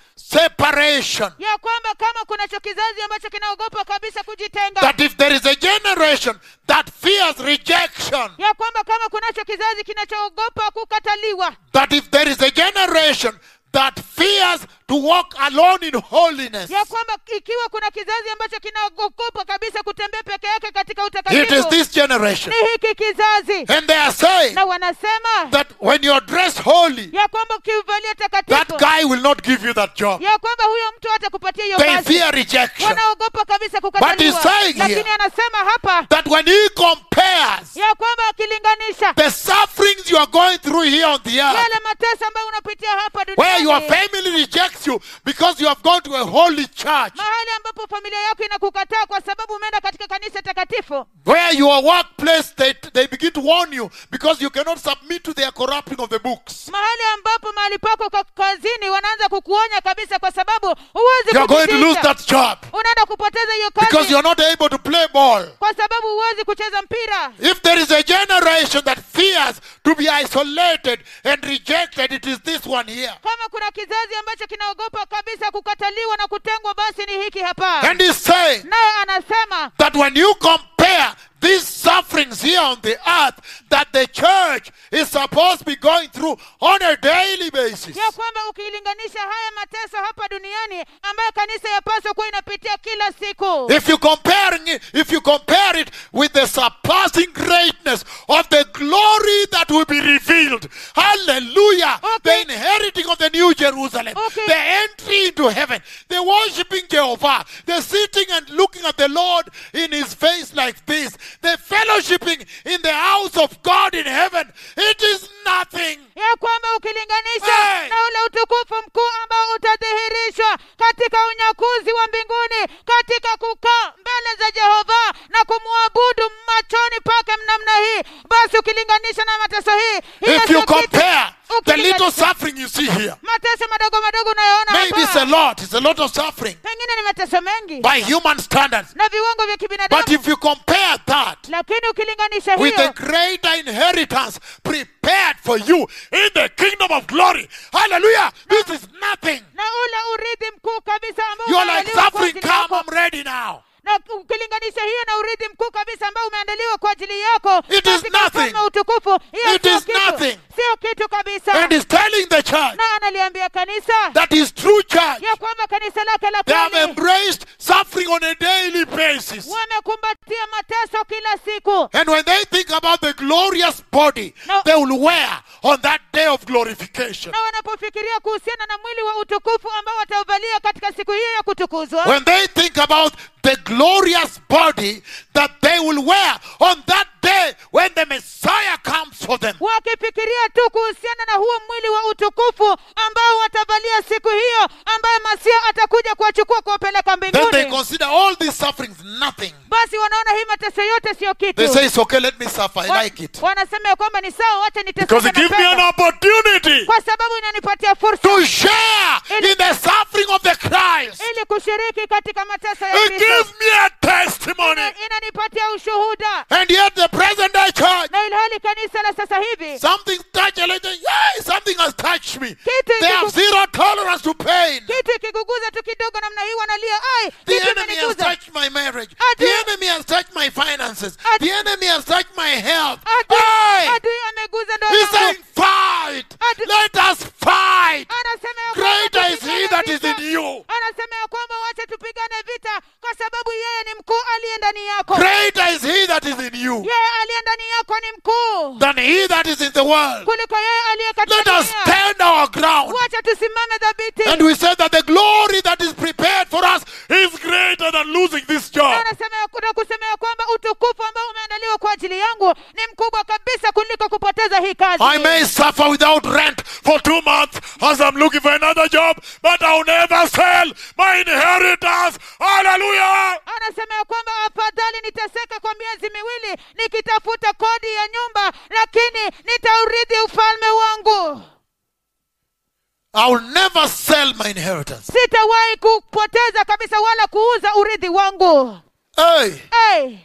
Speaker 2: separation,
Speaker 1: ya kwamba kama kunacho kizazi ambacho kinaogopa kabisa kujitenga
Speaker 2: that if there is a generation that fears rejection,
Speaker 1: ya kwamba kama kunacho kizazi kinachoogopa kukataliwa
Speaker 2: that if there is a generation that fears to walk alone in holiness,
Speaker 1: ya kwamba ikiwa kuna kizazi ambacho kinaogopa kabisa kutembea peke yake katika
Speaker 2: it is
Speaker 1: utakatifu
Speaker 2: this generation.
Speaker 1: ni hiki kizazi
Speaker 2: And they are saying
Speaker 1: na wanasema
Speaker 2: that when you're dressed holy,
Speaker 1: ya kwamba ukivalia
Speaker 2: that
Speaker 1: takatifu
Speaker 2: guy will not give you that job.
Speaker 1: ya kwamba huyo mtu hatakupatia hiyo
Speaker 2: They
Speaker 1: kazi
Speaker 2: fear rejection.
Speaker 1: wanaogopa kabisa
Speaker 2: But
Speaker 1: kukataliwa
Speaker 2: he's saying here-
Speaker 1: lakini anasema hapa
Speaker 2: That when he compares
Speaker 1: ya kwamba akilinganisha
Speaker 2: the sufferings you are going through here on the earth,
Speaker 1: yale mateso ambayo unapitia hapa
Speaker 2: where your
Speaker 1: duniani
Speaker 2: family rejects you because you have gone to a holy church,
Speaker 1: mahali ambapo familia yako inakukataa kwa sababu umeenda katika kanisa takatifu
Speaker 2: where your workplace they, they begin to warn you because you cannot submit to their corrupting of the books.
Speaker 1: mahali ambapo mahali pako ka- kazini wanaanza kukuonya kabisa kwa sababu huwezi
Speaker 2: You are going to lose
Speaker 1: kujitisha.
Speaker 2: that job
Speaker 1: unaenda kupoteza hiyo
Speaker 2: because you
Speaker 1: kazi
Speaker 2: are not able to play ball.
Speaker 1: kwa sababu huwezi kucheza mpira
Speaker 2: If there is a generation that fears to be isolated and rejected, it is this one here.
Speaker 1: kama kuna kizazi ambacho kinaogopa kabisa kukataliwa na kutengwa basi ni hiki hapa
Speaker 2: And he's saying,
Speaker 1: naye anasema
Speaker 2: that when you compare these sufferings here on the earth that the church is supposed to be going through on a daily basis,
Speaker 1: ya kwamba ukilinganisha haya mateso hapa duniani ambayo kanisa yapaswa kuwa inapitia kila siku
Speaker 2: if you comparing it, if you compare it with the surpassing greatness of the glory that will be revealed, hallelujah,
Speaker 1: Okay.
Speaker 2: the inheriting of the new Jerusalem,
Speaker 1: Okay.
Speaker 2: the entry into heaven, the worshiping Jehovah, the sitting and looking at the Lord in his face like this, the fellowshipping in the house of God in heaven, it is nothing.
Speaker 1: ya kwamba ukilinganisha
Speaker 2: Hey!
Speaker 1: na ule utukufu mkuu ambao utadhihirishwa katika unyakuzi wa mbinguni katika kukaa mbele za jehova na kumwabudu machoni pake namna hii basi ukilinganisha na mateso hii hiyo
Speaker 2: If
Speaker 1: sio
Speaker 2: you
Speaker 1: kitu.
Speaker 2: compare the
Speaker 1: Ukilinganisha-
Speaker 2: little suffering you see here,
Speaker 1: mateso madogo madogo unayoona
Speaker 2: maybe it's a
Speaker 1: hapa
Speaker 2: lot, it's a lot of suffering
Speaker 1: pengine ni mateso mengi
Speaker 2: by human standards.
Speaker 1: na viwango vya
Speaker 2: But
Speaker 1: kibinadamu
Speaker 2: if you compare that
Speaker 1: lakini ukilinganisha
Speaker 2: with
Speaker 1: hiyo
Speaker 2: the greater inheritance prepared for you in the kingdom of glory, hallelujah, this is nothing.
Speaker 1: na ule urithi mkuu kabisa ambao
Speaker 2: You're like
Speaker 1: umeandaliwa kwa
Speaker 2: suffering,
Speaker 1: ajili
Speaker 2: come,
Speaker 1: yako
Speaker 2: I'm ready now.
Speaker 1: na ukilinganisha hiyo na urithi mkuu kabisa ambao umeandaliwa kwa ajili yako
Speaker 2: It is
Speaker 1: katika ufalme
Speaker 2: nothing.
Speaker 1: wa utukufu hiyo
Speaker 2: It
Speaker 1: sio
Speaker 2: is nothing.
Speaker 1: kitu sio kitu kabisa
Speaker 2: And he's telling the church
Speaker 1: na analiambia kanisa
Speaker 2: that his true church,
Speaker 1: ya kwamba kanisa lake la
Speaker 2: they have
Speaker 1: kweli
Speaker 2: embraced suffering on a daily basis.
Speaker 1: wamekumbatia mateso kila siku
Speaker 2: And when they think about the glorious body
Speaker 1: No.
Speaker 2: they will wear on that day of glorification,
Speaker 1: na wanapofikiria kuhusiana na mwili wa utukufu ambao watauvalia katika siku hiyo ya kutukuzwa
Speaker 2: when they think about the glorious body that they will wear on that day when the Messiah comes for them,
Speaker 1: wakifikiria Fikiria tu kuhusiana na huo mwili wa utukufu ambao watavalia siku hiyo ambayo Masia atakuja kuwachukua kuwapeleka
Speaker 2: Then they
Speaker 1: mbinguni.
Speaker 2: consider all these sufferings nothing.
Speaker 1: Basi wanaona hii mateso yote siyo
Speaker 2: They
Speaker 1: kitu.
Speaker 2: say, It's okay, let me suffer. I
Speaker 1: Wa-
Speaker 2: like it.
Speaker 1: Wanasema ya kwamba ni sawa, wacha
Speaker 2: Because it gives me an
Speaker 1: niteseke
Speaker 2: opportunity
Speaker 1: kwa sababu inanipatia fursa
Speaker 2: to share in the suffering of the Christ.
Speaker 1: ili kushiriki katika mateso ya
Speaker 2: It
Speaker 1: Kristo.
Speaker 2: gives me a testimony.
Speaker 1: Ina- Inanipatia ushuhuda,
Speaker 2: And yet, the present day church,
Speaker 1: na ilhali kanisa la sasa hivi
Speaker 2: something touched, like, yeah, something has touched me.
Speaker 1: Kitu
Speaker 2: They have
Speaker 1: kiko-
Speaker 2: zero tolerance to pain.
Speaker 1: kitu ikiguguza tu kidogo namna hii wanalia ai,
Speaker 2: The
Speaker 1: kitu
Speaker 2: enemy has
Speaker 1: imeniguza.
Speaker 2: touched my marriage.
Speaker 1: Ati-
Speaker 2: The enemy has touched my finances.
Speaker 1: Ati-
Speaker 2: The enemy has touched my health.
Speaker 1: Adui-
Speaker 2: Hey!
Speaker 1: adui ameguza ndoa
Speaker 2: He's
Speaker 1: yangu.
Speaker 2: saying, fight!
Speaker 1: Ati-
Speaker 2: Let us fight!
Speaker 1: Anasema ya kwamba
Speaker 2: Greater is he
Speaker 1: tupigane
Speaker 2: that is
Speaker 1: vita.
Speaker 2: in you.
Speaker 1: Anasema ya kwamba wacha tupigane vita, kwa sababu yeye ni mkuu aliye ndani yako.
Speaker 2: Greater is he that is in you
Speaker 1: Yeye aliye ndani yako ni mkuu
Speaker 2: than he that is in the world.
Speaker 1: kuliko yeye aliye katika
Speaker 2: Let us
Speaker 1: dunia.
Speaker 2: stand our ground.
Speaker 1: Wacha tusimame
Speaker 2: And
Speaker 1: dhabiti.
Speaker 2: we said that the glory that is prepared for us is greater than losing
Speaker 1: Na
Speaker 2: this job.
Speaker 1: anasema ya- na kusema ya kwamba utukufu ambao umeandaliwa kwa ajili yangu ni mkubwa kabisa kuliko kupoteza hii kazi.
Speaker 2: I may suffer without rent for two months as I'm looking for another job, but I'll never sell my inheritance. Hallelujah!
Speaker 1: Anasema ya kwamba afadhali nitaseka kwa miezi miwili nikitafuta kodi ya nyumba, lakini nitaurithi ufalme wangu.
Speaker 2: I'll never sell my inheritance.
Speaker 1: Sitawahi kupoteza kabisa wala kuuza urithi wangu.
Speaker 2: Hey,
Speaker 1: Hey,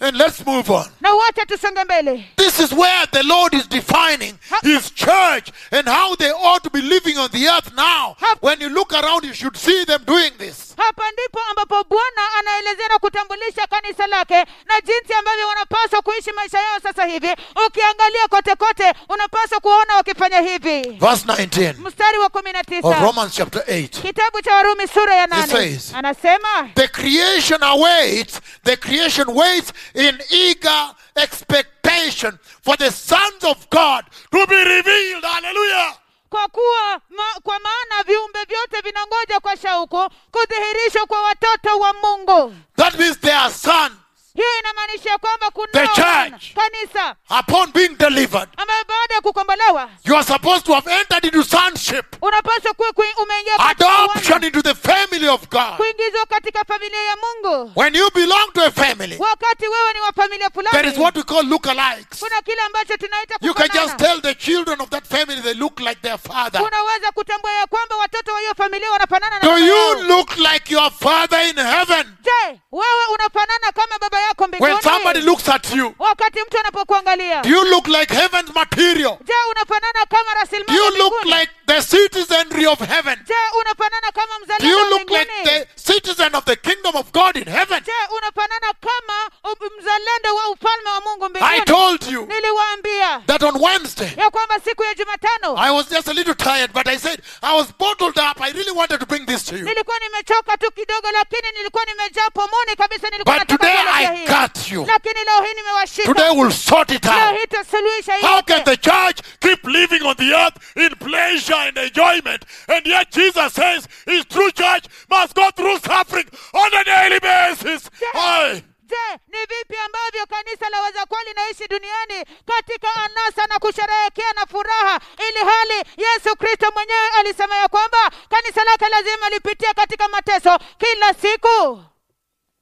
Speaker 2: and let's move on.
Speaker 1: na wacha tusonge mbele.
Speaker 2: This is where the Lord is defining His church and how they ought to be living on the earth now. When you look around, you should see them doing this.
Speaker 1: Hapa ndipo ambapo Bwana anaelezea na kutambulisha kanisa lake na jinsi ambavyo wanapaswa kuishi maisha yao sasa hivi. Ukiangalia kote kote, unapaswa kuona wakifanya hivi.
Speaker 2: Verse 19
Speaker 1: Mstari wa kumi na
Speaker 2: of
Speaker 1: tisa
Speaker 2: Romans chapter 8.
Speaker 1: kitabu cha Warumi sura ya nane
Speaker 2: says-
Speaker 1: anasema
Speaker 2: The creation awaits, the creation waits in eager expectation for the sons of God to be revealed. Hallelujah.
Speaker 1: kwa kuwa ma, kwa maana viumbe vyote vinangoja kwa shauku kudhihirishwa kwa watoto wa Mungu.
Speaker 2: That means they are sons
Speaker 1: Hiyo inamaanisha kwamba
Speaker 2: The
Speaker 1: kuna
Speaker 2: church.
Speaker 1: wana- kanisa
Speaker 2: upon being delivered.
Speaker 1: ambayo baada ya kukombolewa
Speaker 2: You are supposed to have entered into sonship,
Speaker 1: unapaswa kuwa kui, umeingia katika
Speaker 2: adoption
Speaker 1: wana,
Speaker 2: into the family of God.
Speaker 1: kuingizwa katika familia ya Mungu.
Speaker 2: When you belong to a family,
Speaker 1: Wakati wewe ni wa familia
Speaker 2: there is
Speaker 1: fulani,
Speaker 2: what we call lookalikes.
Speaker 1: kuna kile ambacho tunaita
Speaker 2: You can just
Speaker 1: kufanana.
Speaker 2: tell the children of that family they look like their father.
Speaker 1: Unaweza kutambua ya kwamba watoto wa hiyo familia wanafanana na
Speaker 2: Do
Speaker 1: baba yao.
Speaker 2: you look like your father in heaven?
Speaker 1: Je, wewe unafanana kama baba yako
Speaker 2: When
Speaker 1: mbinguni?
Speaker 2: somebody looks at you,
Speaker 1: Wakati mtu anapokuangalia,
Speaker 2: Do you look like heaven's material?
Speaker 1: je, unafanana kama
Speaker 2: Do
Speaker 1: rasilimali
Speaker 2: you look
Speaker 1: mbinguni?
Speaker 2: like the citizenry of heaven?
Speaker 1: Je, unafanana kama
Speaker 2: Do
Speaker 1: mzaliwa
Speaker 2: you
Speaker 1: wa
Speaker 2: look like
Speaker 1: mbinguni?
Speaker 2: the citizen of the kingdom of God in heaven?
Speaker 1: Je, unafanana kama um- mzalendo wa ufalme wa Mungu
Speaker 2: I
Speaker 1: mbinguni?
Speaker 2: told you
Speaker 1: Niliwaambia
Speaker 2: that on Wednesday.
Speaker 1: ya kwamba siku ya Jumatano
Speaker 2: I was just a little tired, but I said I was bottled up. I really wanted to bring this to you.
Speaker 1: nilikuwa nimechoka tu kidogo, lakini nilikuwa nimejaa pomoni kabisa. Nilikuwa
Speaker 2: But
Speaker 1: nataka
Speaker 2: today
Speaker 1: kuelekea
Speaker 2: I
Speaker 1: hii.
Speaker 2: cut you.
Speaker 1: lakini leo hii nimewashika.
Speaker 2: Today we'll sort it
Speaker 1: Leo
Speaker 2: out.
Speaker 1: hii tutasuluhisha hii
Speaker 2: How
Speaker 1: yote.
Speaker 2: can the church keep living on the earth in pleasure and enjoyment? And yet Jesus says his true church must go through suffering on a daily basis. Aye.
Speaker 1: Je, ni vipi ambavyo kanisa laweza kuwa linaishi duniani katika anasa na kusherehekea na furaha, ili hali Yesu Kristo mwenyewe alisema ya kwamba kanisa lake lazima lipitia katika mateso kila siku?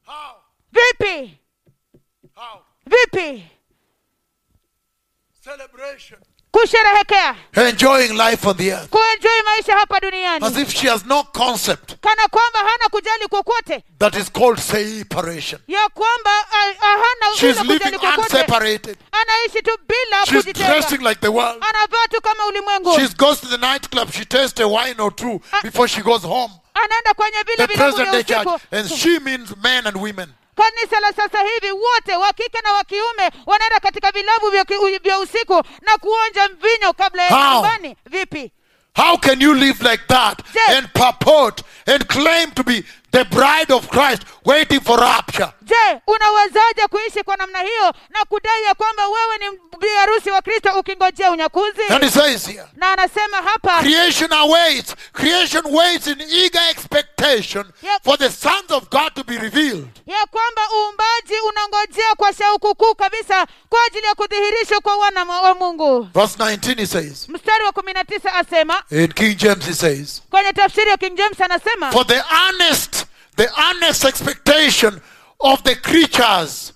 Speaker 2: How?
Speaker 1: Vipi
Speaker 2: How?
Speaker 1: vipi
Speaker 2: Celebration.
Speaker 1: kusherehekea,
Speaker 2: Enjoying life on the earth.
Speaker 1: kuenjoi maisha hapa
Speaker 2: As
Speaker 1: duniani,
Speaker 2: if she has no concept
Speaker 1: kana kwamba hana kujali kokote
Speaker 2: that is called separation.
Speaker 1: ya kwamba ah, ah, hana
Speaker 2: She's
Speaker 1: hana
Speaker 2: living
Speaker 1: kujali kokote,
Speaker 2: unseparated.
Speaker 1: anaishi tu bila
Speaker 2: She's
Speaker 1: kujitenga,
Speaker 2: dressing like the world.
Speaker 1: anavaa tu kama ulimwengu.
Speaker 2: She goes to the nightclub. She tastes a wine or two before she goes home.
Speaker 1: anaenda kwenye vile
Speaker 2: The
Speaker 1: vilabu
Speaker 2: present
Speaker 1: vya
Speaker 2: day church,
Speaker 1: usiku.
Speaker 2: and she means men and women.
Speaker 1: Kanisa la sasa hivi wote wa kike na wa kiume wanaenda katika vilabu vya, ki- vya usiku na kuonja mvinyo kabla ya
Speaker 2: How?
Speaker 1: nyumbani. Vipi
Speaker 2: How can you live like that
Speaker 1: Yes.
Speaker 2: and purport and claim to be the bride of Christ waiting for rapture.
Speaker 1: je unawezaje kuishi kwa namna hiyo na kudai ya kwamba wewe ni bi harusi wa kristo ukingojea unyakuzi
Speaker 2: And he says here,
Speaker 1: na anasema hapa
Speaker 2: creation awaits, creation waits in eager expectation
Speaker 1: Yep.
Speaker 2: for the sons of God to be revealed.
Speaker 1: ya kwamba uumbaji unangojea kwa shauku kuu kabisa kwa ajili ya kudhihirishwa kwa wana ma- wa mungu
Speaker 2: Verse 19 he says,
Speaker 1: mstari wa kumi na tisa asema
Speaker 2: in King James he says,
Speaker 1: kwenye tafsiri ya king james anasema
Speaker 2: for the earnest, the earnest expectation of the creatures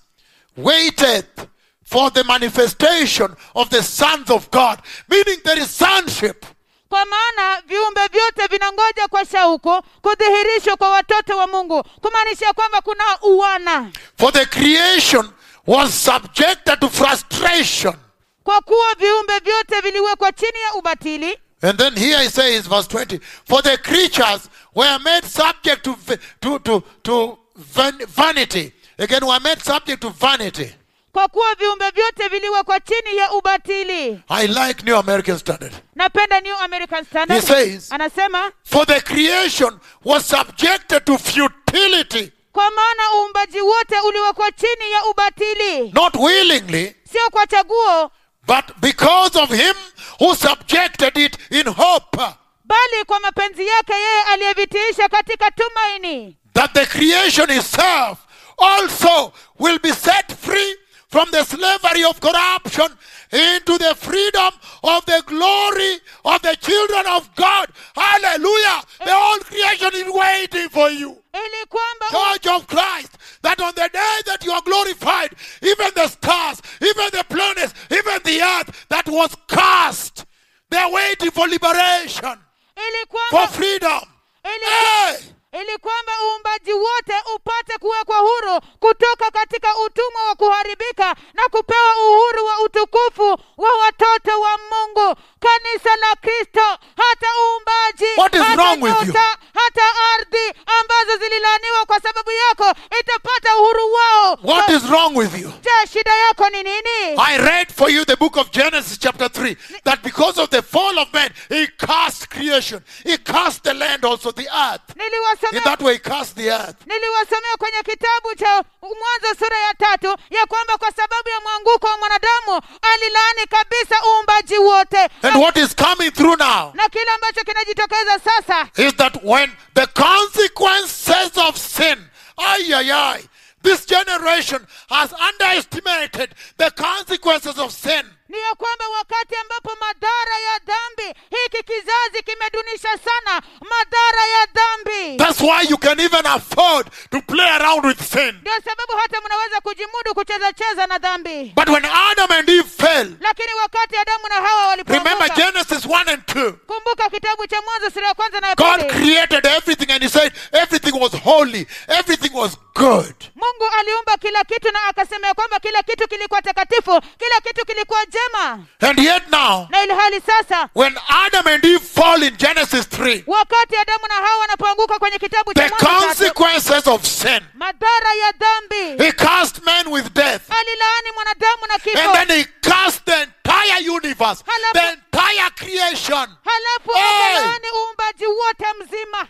Speaker 2: waiteth for the manifestation of the sons of God, meaning there is sonship.
Speaker 1: kwa maana viumbe vyote vinangoja kwa shauku kudhihirishwa kwa watoto wa mungu kumaanisha kwamba kuna uwana
Speaker 2: For the creation was subjected to frustration.
Speaker 1: kwa kuwa viumbe vyote viliwekwa chini ya ubatili
Speaker 2: And then here he says, verse 20, for the creatures were made subject to, va- to, to, to van- vanity. Again, were made subject to vanity.
Speaker 1: kwa kuwa viumbe vyote viliwekwa chini ya ubatili
Speaker 2: I like New American Standard.
Speaker 1: napenda new american standard
Speaker 2: He says-
Speaker 1: anasema
Speaker 2: For the creation was subjected to futility,
Speaker 1: kwa maana uumbaji wote uliwekwa chini ya ubatili
Speaker 2: not willingly,
Speaker 1: sio kwa chaguo
Speaker 2: but because of him who subjected it in hope
Speaker 1: bali kwa mapenzi yake yeye aliyevitiisha katika tumaini
Speaker 2: that the creation itself also will be set free from the slavery of corruption into the freedom of the glory of the children of God. Hallelujah. The whole creation is waiting for you.
Speaker 1: ili kwamba
Speaker 2: Church of Christ, that on the day that you are glorified, even the stars, even the planets, even the earth that was cast, they are waiting for liberation,
Speaker 1: ili
Speaker 2: for
Speaker 1: kwamba
Speaker 2: freedom. Hey!
Speaker 1: ili, ili kwamba uumbaji wote upate kuwekwa huru kutoka katika utumwa wa kuharibika na kupewa uhuru wa utukufu wa watoto wa mungu kanisa la kristo hata uumbaji
Speaker 2: What is
Speaker 1: hata
Speaker 2: wrong with you?
Speaker 1: nyota, hata ardhi ambazo zililaniwa kwa sababu yako itapata uhuru wao
Speaker 2: What
Speaker 1: Kwa-
Speaker 2: is wrong with you?
Speaker 1: je shida yako ni nini
Speaker 2: I read for you the book of Genesis, chapter 3, that because of the fall of man, he cast creation, he cast the land, also the earth. In
Speaker 1: niliwasomea
Speaker 2: that way, he cast the earth.
Speaker 1: niliwasomea kwenye kitabu cha mwanzo sura ya tatu ya kwamba kwa sababu ya mwanguko wa mwanadamu alilaani kabisa uumbaji wote
Speaker 2: And what is coming through now
Speaker 1: na kile ambacho kinajitokeza sasa
Speaker 2: is that when the consequences of sin, ay, ay, ay, this generation has underestimated the consequences of sin.
Speaker 1: ni ya kwamba wakati ambapo madhara ya dhambi hiki kizazi kimedunisha sana madhara ya dhambi
Speaker 2: That's why you can even afford to play around with sin.
Speaker 1: ndio sababu hata mnaweza kujimudu kuchezacheza na dhambi
Speaker 2: But when Adam and Eve fell,
Speaker 1: lakini wakati adamu na hawa
Speaker 2: remember
Speaker 1: walipoanguka
Speaker 2: Genesis 1 and 2.
Speaker 1: kumbuka kitabu cha mwanzo sura ya kwanza na ya
Speaker 2: God
Speaker 1: pili
Speaker 2: created everything and He said everything was holy, everything was good.
Speaker 1: mungu aliumba kila kitu na akasema ya kwamba kila kitu kilikuwa takatifu kila kitu kilikuwa jema
Speaker 2: And yet now,
Speaker 1: na ilihali sasa
Speaker 2: when Adam and Eve fall in Genesis 3,
Speaker 1: wakati adamu na hawa wanapoanguka kwenye kitabu cha
Speaker 2: the
Speaker 1: Mwanzo tatu,
Speaker 2: consequences of sin,
Speaker 1: madhara ya dhambi
Speaker 2: He cast man with death.
Speaker 1: alilaani mwanadamu na kifo
Speaker 2: And then He cast the entire universe,
Speaker 1: Halafu-
Speaker 2: the entire creation.
Speaker 1: halafu
Speaker 2: Hey!
Speaker 1: alilaani uumbaji wote mzima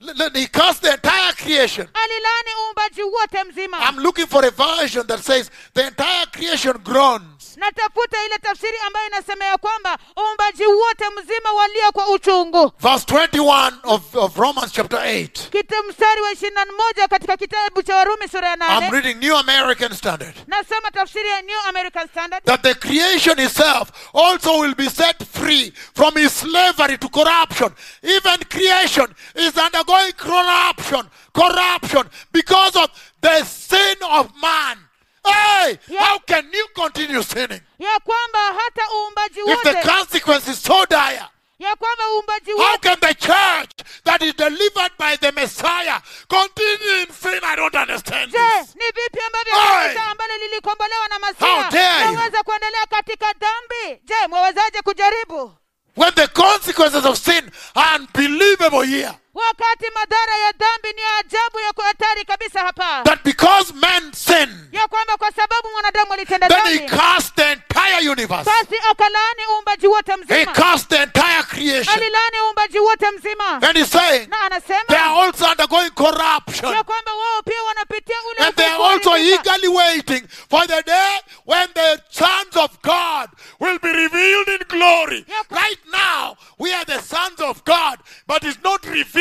Speaker 2: L- l- He cast the entire creation.
Speaker 1: alilaani uumbaji wote mzima
Speaker 2: I'm looking for a version that says the entire creation groans.
Speaker 1: natafuta ile tafsiri ambayo inasema ya kwamba uumbaji wote mzima walia kwa uchungu
Speaker 2: Verse 21 of, of Romans chapter 8.
Speaker 1: kita mstari wa ishirini na moja katika kitabu cha warumi sura ya nane
Speaker 2: I'm reading New American Standard.
Speaker 1: nasoma tafsiri ya new american standard
Speaker 2: that the creation itself also will be set free from its slavery to corruption. Even creation is undergoing corruption, corruption because of the sin of man. Hey,
Speaker 1: Yeah.
Speaker 2: how can you continue sinning
Speaker 1: ya kwamba hata uumbaji
Speaker 2: if the
Speaker 1: wote
Speaker 2: consequence is so dire?
Speaker 1: ya kwamba uumbaji
Speaker 2: How
Speaker 1: wote
Speaker 2: can the church that is delivered by the Messiah continue in sin? I don't understand
Speaker 1: je
Speaker 2: this.
Speaker 1: ni vipi ambavyo
Speaker 2: Oi!
Speaker 1: kanisa ambalo lilikombolewa na
Speaker 2: How dare
Speaker 1: masia
Speaker 2: you!
Speaker 1: waweza kuendelea katika dhambi je mwawezaje kujaribu
Speaker 2: When the consequences of sin are unbelievable here.
Speaker 1: wakati wakati madhara ya dhambi ni ya ajabu ya hatari kabisa hapa
Speaker 2: that because men sinned,
Speaker 1: ya kwamba kwa sababu mwanadamu alitenda
Speaker 2: then he
Speaker 1: dhambi
Speaker 2: cursed the entire universe.
Speaker 1: basi akalaani uumbaji wote
Speaker 2: He
Speaker 1: mzima
Speaker 2: cursed the entire creation.
Speaker 1: alilaani uumbaji wote mzima
Speaker 2: And he's saying
Speaker 1: na
Speaker 2: they
Speaker 1: anasema
Speaker 2: are also undergoing corruption.
Speaker 1: ya kwamba wao pia wanapitia ule
Speaker 2: And they
Speaker 1: ukosefu
Speaker 2: are
Speaker 1: wa
Speaker 2: also
Speaker 1: kuridhika.
Speaker 2: eagerly waiting for the day when the sons of God will be revealed in glory.
Speaker 1: Yep.
Speaker 2: Right now, we are the sons of God, but it's not revealed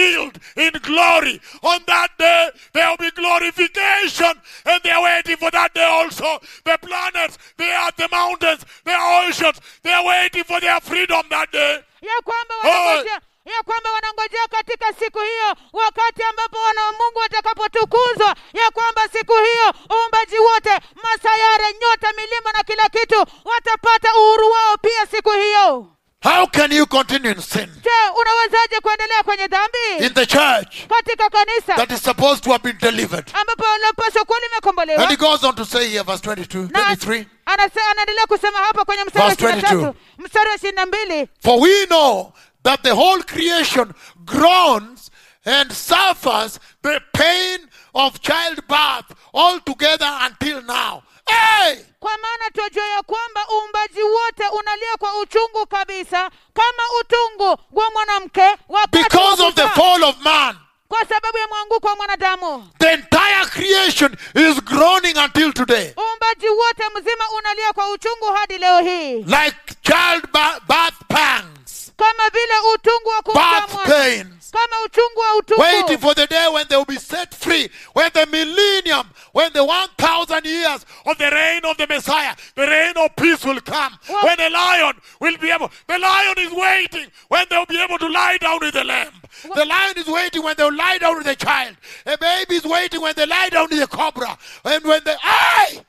Speaker 2: in glory. On that day, there will be glorification, and they are waiting for that day also. The planets, the earth, the mountains, the oceans, they are waiting for their freedom that day.
Speaker 1: ya kwamba
Speaker 2: Hey!
Speaker 1: wanangojea ya kwamba wanangojea katika siku hiyo wakati ambapo wana wa mungu watakapotukuzwa ya kwamba siku hiyo uumbaji wote masayara nyota milima na kila kitu watapata uhuru wao pia siku hiyo
Speaker 2: How can you continue in sin
Speaker 1: je unawezaje kuendelea kwenye
Speaker 2: in
Speaker 1: dhambi
Speaker 2: the church
Speaker 1: katika kanisa
Speaker 2: that is supposed to have been delivered?
Speaker 1: ambapo linapaswa kuwa limekombolewa
Speaker 2: And he goes on to say here, verse 22,
Speaker 1: Na-
Speaker 2: 23.
Speaker 1: anase- anaendelea kusema hapa kwenye mstari wa
Speaker 2: Verse
Speaker 1: 23
Speaker 2: 22.
Speaker 1: mstari wa ishirini na mbili
Speaker 2: For we know that the whole creation groans and suffers the pain of childbirth altogether until now. Hey!
Speaker 1: kwa maana twajua ya kwamba uumbaji wote unalia kwa uchungu kabisa kama utungu wa mwanamke wakati wa
Speaker 2: Because of the
Speaker 1: kuzaa,
Speaker 2: fall of man,
Speaker 1: kwa sababu ya mwanguko wa mwanadamu
Speaker 2: the entire creation is groaning until today.
Speaker 1: uumbaji wote mzima unalia kwa uchungu hadi leo hii
Speaker 2: Like childbirth pangs,
Speaker 1: kama vile utungu wa kumzaa
Speaker 2: birth
Speaker 1: mwana
Speaker 2: pains.
Speaker 1: kama uchungu wa
Speaker 2: Waiting
Speaker 1: utungu
Speaker 2: for the day when they will be set free, when the millennium, when the 1,000 years of the reign of the Messiah, the reign of peace will come,
Speaker 1: Well-
Speaker 2: when the lion will be able, the lion is waiting when they'll be able to lie down with the lamb. The lion is waiting when they'll lie down with the child. A baby is waiting when they lie down with the cobra. And when they, hey!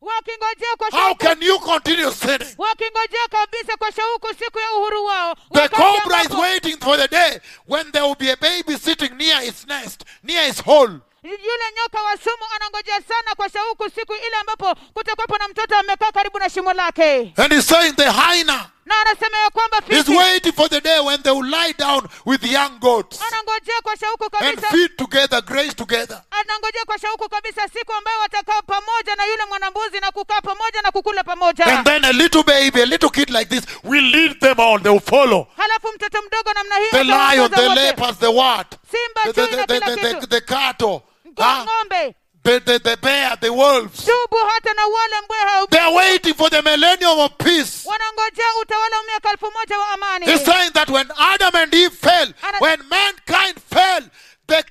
Speaker 1: wakingojea kwa
Speaker 2: How
Speaker 1: shauku
Speaker 2: can you continue sinning?
Speaker 1: wakingojea kabisa kwa shauku siku ya uhuru wao
Speaker 2: The
Speaker 1: wakati
Speaker 2: cobra is
Speaker 1: ambapo-
Speaker 2: waiting for the day when there will be a baby sitting near its nest, near its hole.
Speaker 1: yule nyoka wa sumu anangojea sana kwa shauku siku ile ambapo kutakuwapo na mtoto amekaa karibu na shimo lake
Speaker 2: And he's saying the hyena
Speaker 1: na anasema ya kwamba
Speaker 2: He's
Speaker 1: fisi
Speaker 2: waiting for the day when they will lie down with young goats
Speaker 1: anangojea kwa shauku
Speaker 2: and
Speaker 1: kabisa
Speaker 2: feed together, graze together.
Speaker 1: anangojea kwa shauku kabisa siku ambayo watakaa pamoja na yule mwanambuzi na kukaa pamoja na kukula pamoja
Speaker 2: And then a little baby, a little kid like this will lead them on. They will follow.
Speaker 1: halafu mtoto mdogo namna hiyo
Speaker 2: The lion,
Speaker 1: atawaongoza
Speaker 2: the
Speaker 1: wote.
Speaker 2: leopards, the what?
Speaker 1: simba
Speaker 2: The, the,
Speaker 1: chui na
Speaker 2: the, the,
Speaker 1: kila
Speaker 2: the, the,
Speaker 1: kitu
Speaker 2: the ah. cattle,
Speaker 1: Ngo-
Speaker 2: huh?
Speaker 1: ng'ombe
Speaker 2: the, the, the bear, the wolves.
Speaker 1: tubu hata na wale mbweha
Speaker 2: They are waiting for the millennium of peace.
Speaker 1: wanangojea utawala wa miaka elfu moja wa amani
Speaker 2: He's saying that when Adam and Eve fell,
Speaker 1: Ana-
Speaker 2: when mankind fell, the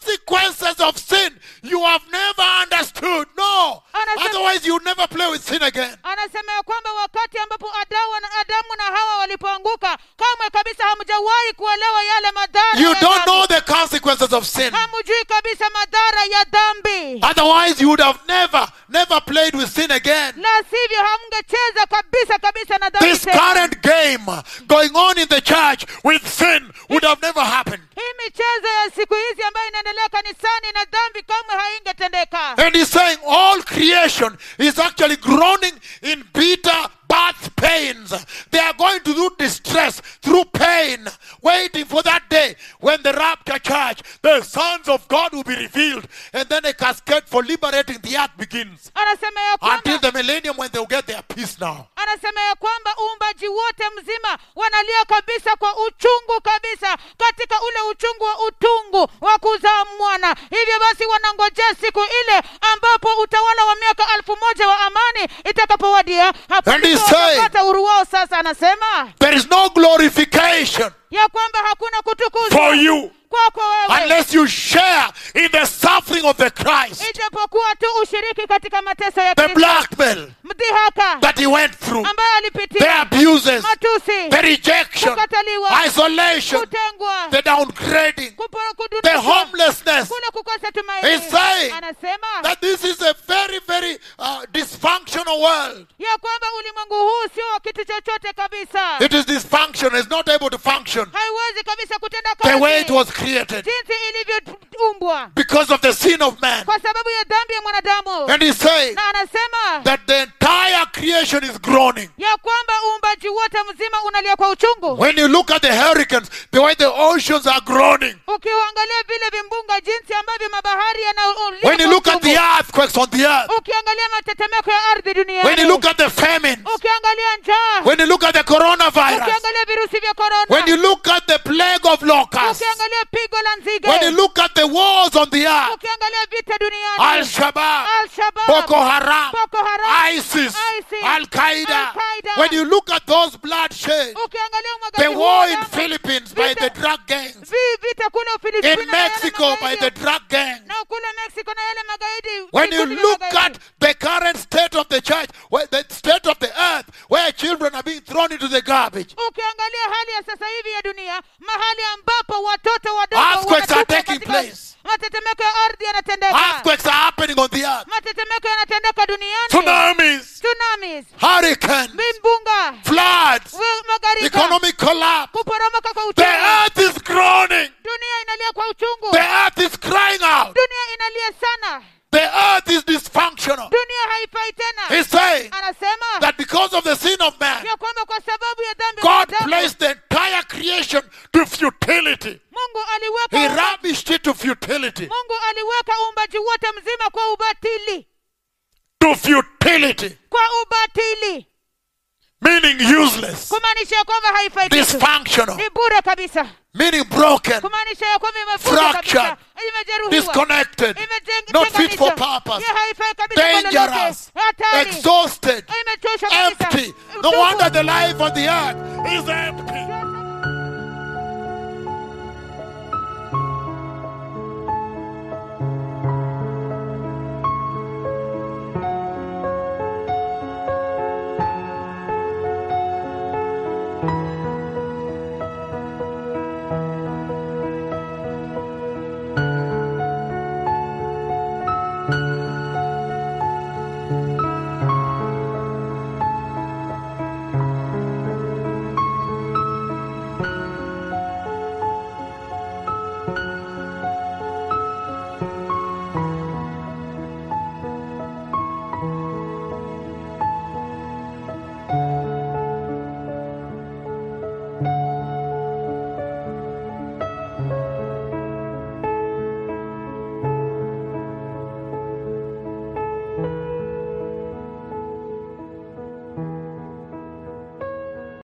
Speaker 2: consequences of sin you have never understood. No.
Speaker 1: Anasema-
Speaker 2: Otherwise, you never play with sin again.
Speaker 1: anasema ya kwamba wakati ambapo adawa na adamu na hawa walipoanguka kamwe kabisa hamjawahi kuelewa yale madhara
Speaker 2: You
Speaker 1: ya
Speaker 2: don't
Speaker 1: dhambi.
Speaker 2: know the consequences of sin.
Speaker 1: hamjui kabisa madhara ya dhambi
Speaker 2: Otherwise, you would have never, never played with sin again.
Speaker 1: la sivyo hamngecheza kabisa kabisa na dhambi
Speaker 2: This
Speaker 1: tena.
Speaker 2: current game going on in the church with sin would have never happened.
Speaker 1: hii michezo ya siku hizi ambayo inaendelea kanisani na dhambi kamwe haingetendeka
Speaker 2: And he's saying all creation is actually groaning in bitter birth pains. They are going to do distress through pain, waiting for that day when the rapture church, the sons of God will be revealed, and then a cascade for liberating the earth begins.
Speaker 1: anasema ya
Speaker 2: Until
Speaker 1: kwamba
Speaker 2: the millennium when they'll get their peace now.
Speaker 1: anasema ya kwamba uumbaji wote mzima wanalia kabisa kwa uchungu kabisa katika ule uchungu wa utungu wa kuzaa mwana hivyo basi wanangojea siku ile ambapo utawala wa miaka elfu moja wa amani itakapowadia hapo
Speaker 2: And he
Speaker 1: ndipo
Speaker 2: said-
Speaker 1: watapata uhuru wao sasa anasema
Speaker 2: There is no glorification
Speaker 1: ya kwamba hakuna kutukuzwa
Speaker 2: for you
Speaker 1: kwako wewe
Speaker 2: unless you share in the suffering of the Christ,
Speaker 1: ijapokuwa tu ushiriki katika mateso ya
Speaker 2: the
Speaker 1: Kristo
Speaker 2: blackmail
Speaker 1: mdhihaka
Speaker 2: that he went through,
Speaker 1: ambayo alipitia
Speaker 2: the abuses,
Speaker 1: matusi
Speaker 2: the rejection,
Speaker 1: kukataliwa
Speaker 2: isolation,
Speaker 1: kutengwa
Speaker 2: the downgrading,
Speaker 1: kupo-
Speaker 2: the
Speaker 1: kudunishwa
Speaker 2: homelessness.
Speaker 1: kule kukosa
Speaker 2: He's saying
Speaker 1: tumaini anasema
Speaker 2: That this is a very, very uh, dysfunctional world.
Speaker 1: ya kwamba ulimwengu huu sio wa kitu chochote kabisa
Speaker 2: It is dysfunction, it's not able to function
Speaker 1: haiwezi kabisa kutenda
Speaker 2: the way it
Speaker 1: kazi
Speaker 2: was created.
Speaker 1: jinsi ilivyo aliumbwa
Speaker 2: because of the sin of man.
Speaker 1: kwa sababu ya dhambi ya mwanadamu
Speaker 2: And he said
Speaker 1: na anasema
Speaker 2: that the entire creation is groaning.
Speaker 1: ya kwamba uumbaji wote mzima unalia kwa uchungu
Speaker 2: When you look at the hurricanes, the way the oceans are groaning.
Speaker 1: ukiuangalia vile vimbunga jinsi ambavyo mabahari
Speaker 2: When you look at the
Speaker 1: yanaulia
Speaker 2: earthquakes on the earth,
Speaker 1: ukiangalia matetemeko ya ardhi
Speaker 2: when you
Speaker 1: duniani
Speaker 2: look at the famine,
Speaker 1: ukiangalia njaa
Speaker 2: when you look at the coronavirus,
Speaker 1: ukiangalia virusi vya
Speaker 2: when you
Speaker 1: korona
Speaker 2: look at the plague of locusts,
Speaker 1: ukiangalia pigo la nzige
Speaker 2: when you look at the wars on the earth,
Speaker 1: ukiangalia vita
Speaker 2: Al
Speaker 1: duniani
Speaker 2: Shabaab,
Speaker 1: Al-Shabaab,
Speaker 2: Boko Haram,
Speaker 1: Boko Haram,
Speaker 2: ISIS,
Speaker 1: ISIS,
Speaker 2: Al Qaeda,
Speaker 1: Al-Qaeda.
Speaker 2: when you look at those bloodsheds,
Speaker 1: ukiangalia umwagaji
Speaker 2: the
Speaker 1: huu
Speaker 2: war
Speaker 1: wa
Speaker 2: in
Speaker 1: damu,
Speaker 2: Philippines by the drug gangs,
Speaker 1: vi- vita kule Ufilipino
Speaker 2: in
Speaker 1: na yale
Speaker 2: Mexico by
Speaker 1: magaidi,
Speaker 2: the drug gangs.
Speaker 1: na kule Mexico na yale magaidi
Speaker 2: When you
Speaker 1: vikundi vya
Speaker 2: look
Speaker 1: magaidi.
Speaker 2: at the current state of the church, where the state of the earth, where children are being thrown into the garbage,
Speaker 1: ukiangalia hali ya sasa hivi ya dunia mahali ambapo watoto wadogo
Speaker 2: Earthquakes are
Speaker 1: wanatupwa
Speaker 2: taking
Speaker 1: katika-
Speaker 2: place.
Speaker 1: matetemeko ya ardhi yanatendeka
Speaker 2: earthquakes are happening on the earth,
Speaker 1: matetemeko yanatendeka duniani
Speaker 2: tsunamis,
Speaker 1: tsunamis
Speaker 2: hurricanes,
Speaker 1: vimbunga
Speaker 2: floods,
Speaker 1: wi- magharika
Speaker 2: economic collapse.
Speaker 1: kuporomoka kwa
Speaker 2: The
Speaker 1: uchumi
Speaker 2: earth is groaning.
Speaker 1: dunia inalia kwa uchungu
Speaker 2: The earth is crying out.
Speaker 1: dunia inalia sana
Speaker 2: The earth is dysfunctional.
Speaker 1: dunia haifai tena
Speaker 2: He's saying
Speaker 1: anasema
Speaker 2: that because of the sin of man,
Speaker 1: ya kwamba kwa sababu ya dhambi ya
Speaker 2: God
Speaker 1: mwanadamu,
Speaker 2: placed the entire creation to futility.
Speaker 1: mungu
Speaker 2: He
Speaker 1: aliweka
Speaker 2: ravished it to futility.
Speaker 1: mungu aliweka uumbaji wote mzima kwa ubatili
Speaker 2: To futility.
Speaker 1: kwa ubatili
Speaker 2: Meaning useless.
Speaker 1: kumaanisha ya kwamba haifai kitu.
Speaker 2: Dysfunctional.
Speaker 1: ni bure kabisa
Speaker 2: Meaning broken.
Speaker 1: kumaanisha ya kwamba imevunjwa kabisa
Speaker 2: Fractured.
Speaker 1: imejeruhiwa
Speaker 2: Disconnected.
Speaker 1: imejeng-
Speaker 2: Not fit for
Speaker 1: tenganishwa.
Speaker 2: purpose.
Speaker 1: Ya haifai kabisa kwa
Speaker 2: Dangerous.
Speaker 1: lolote. Hatari.
Speaker 2: Exhausted.
Speaker 1: Imechoshwa kabisa.
Speaker 2: Empty. No
Speaker 1: Utupu.
Speaker 2: wonder the life on the earth is empty.
Speaker 1: Yote.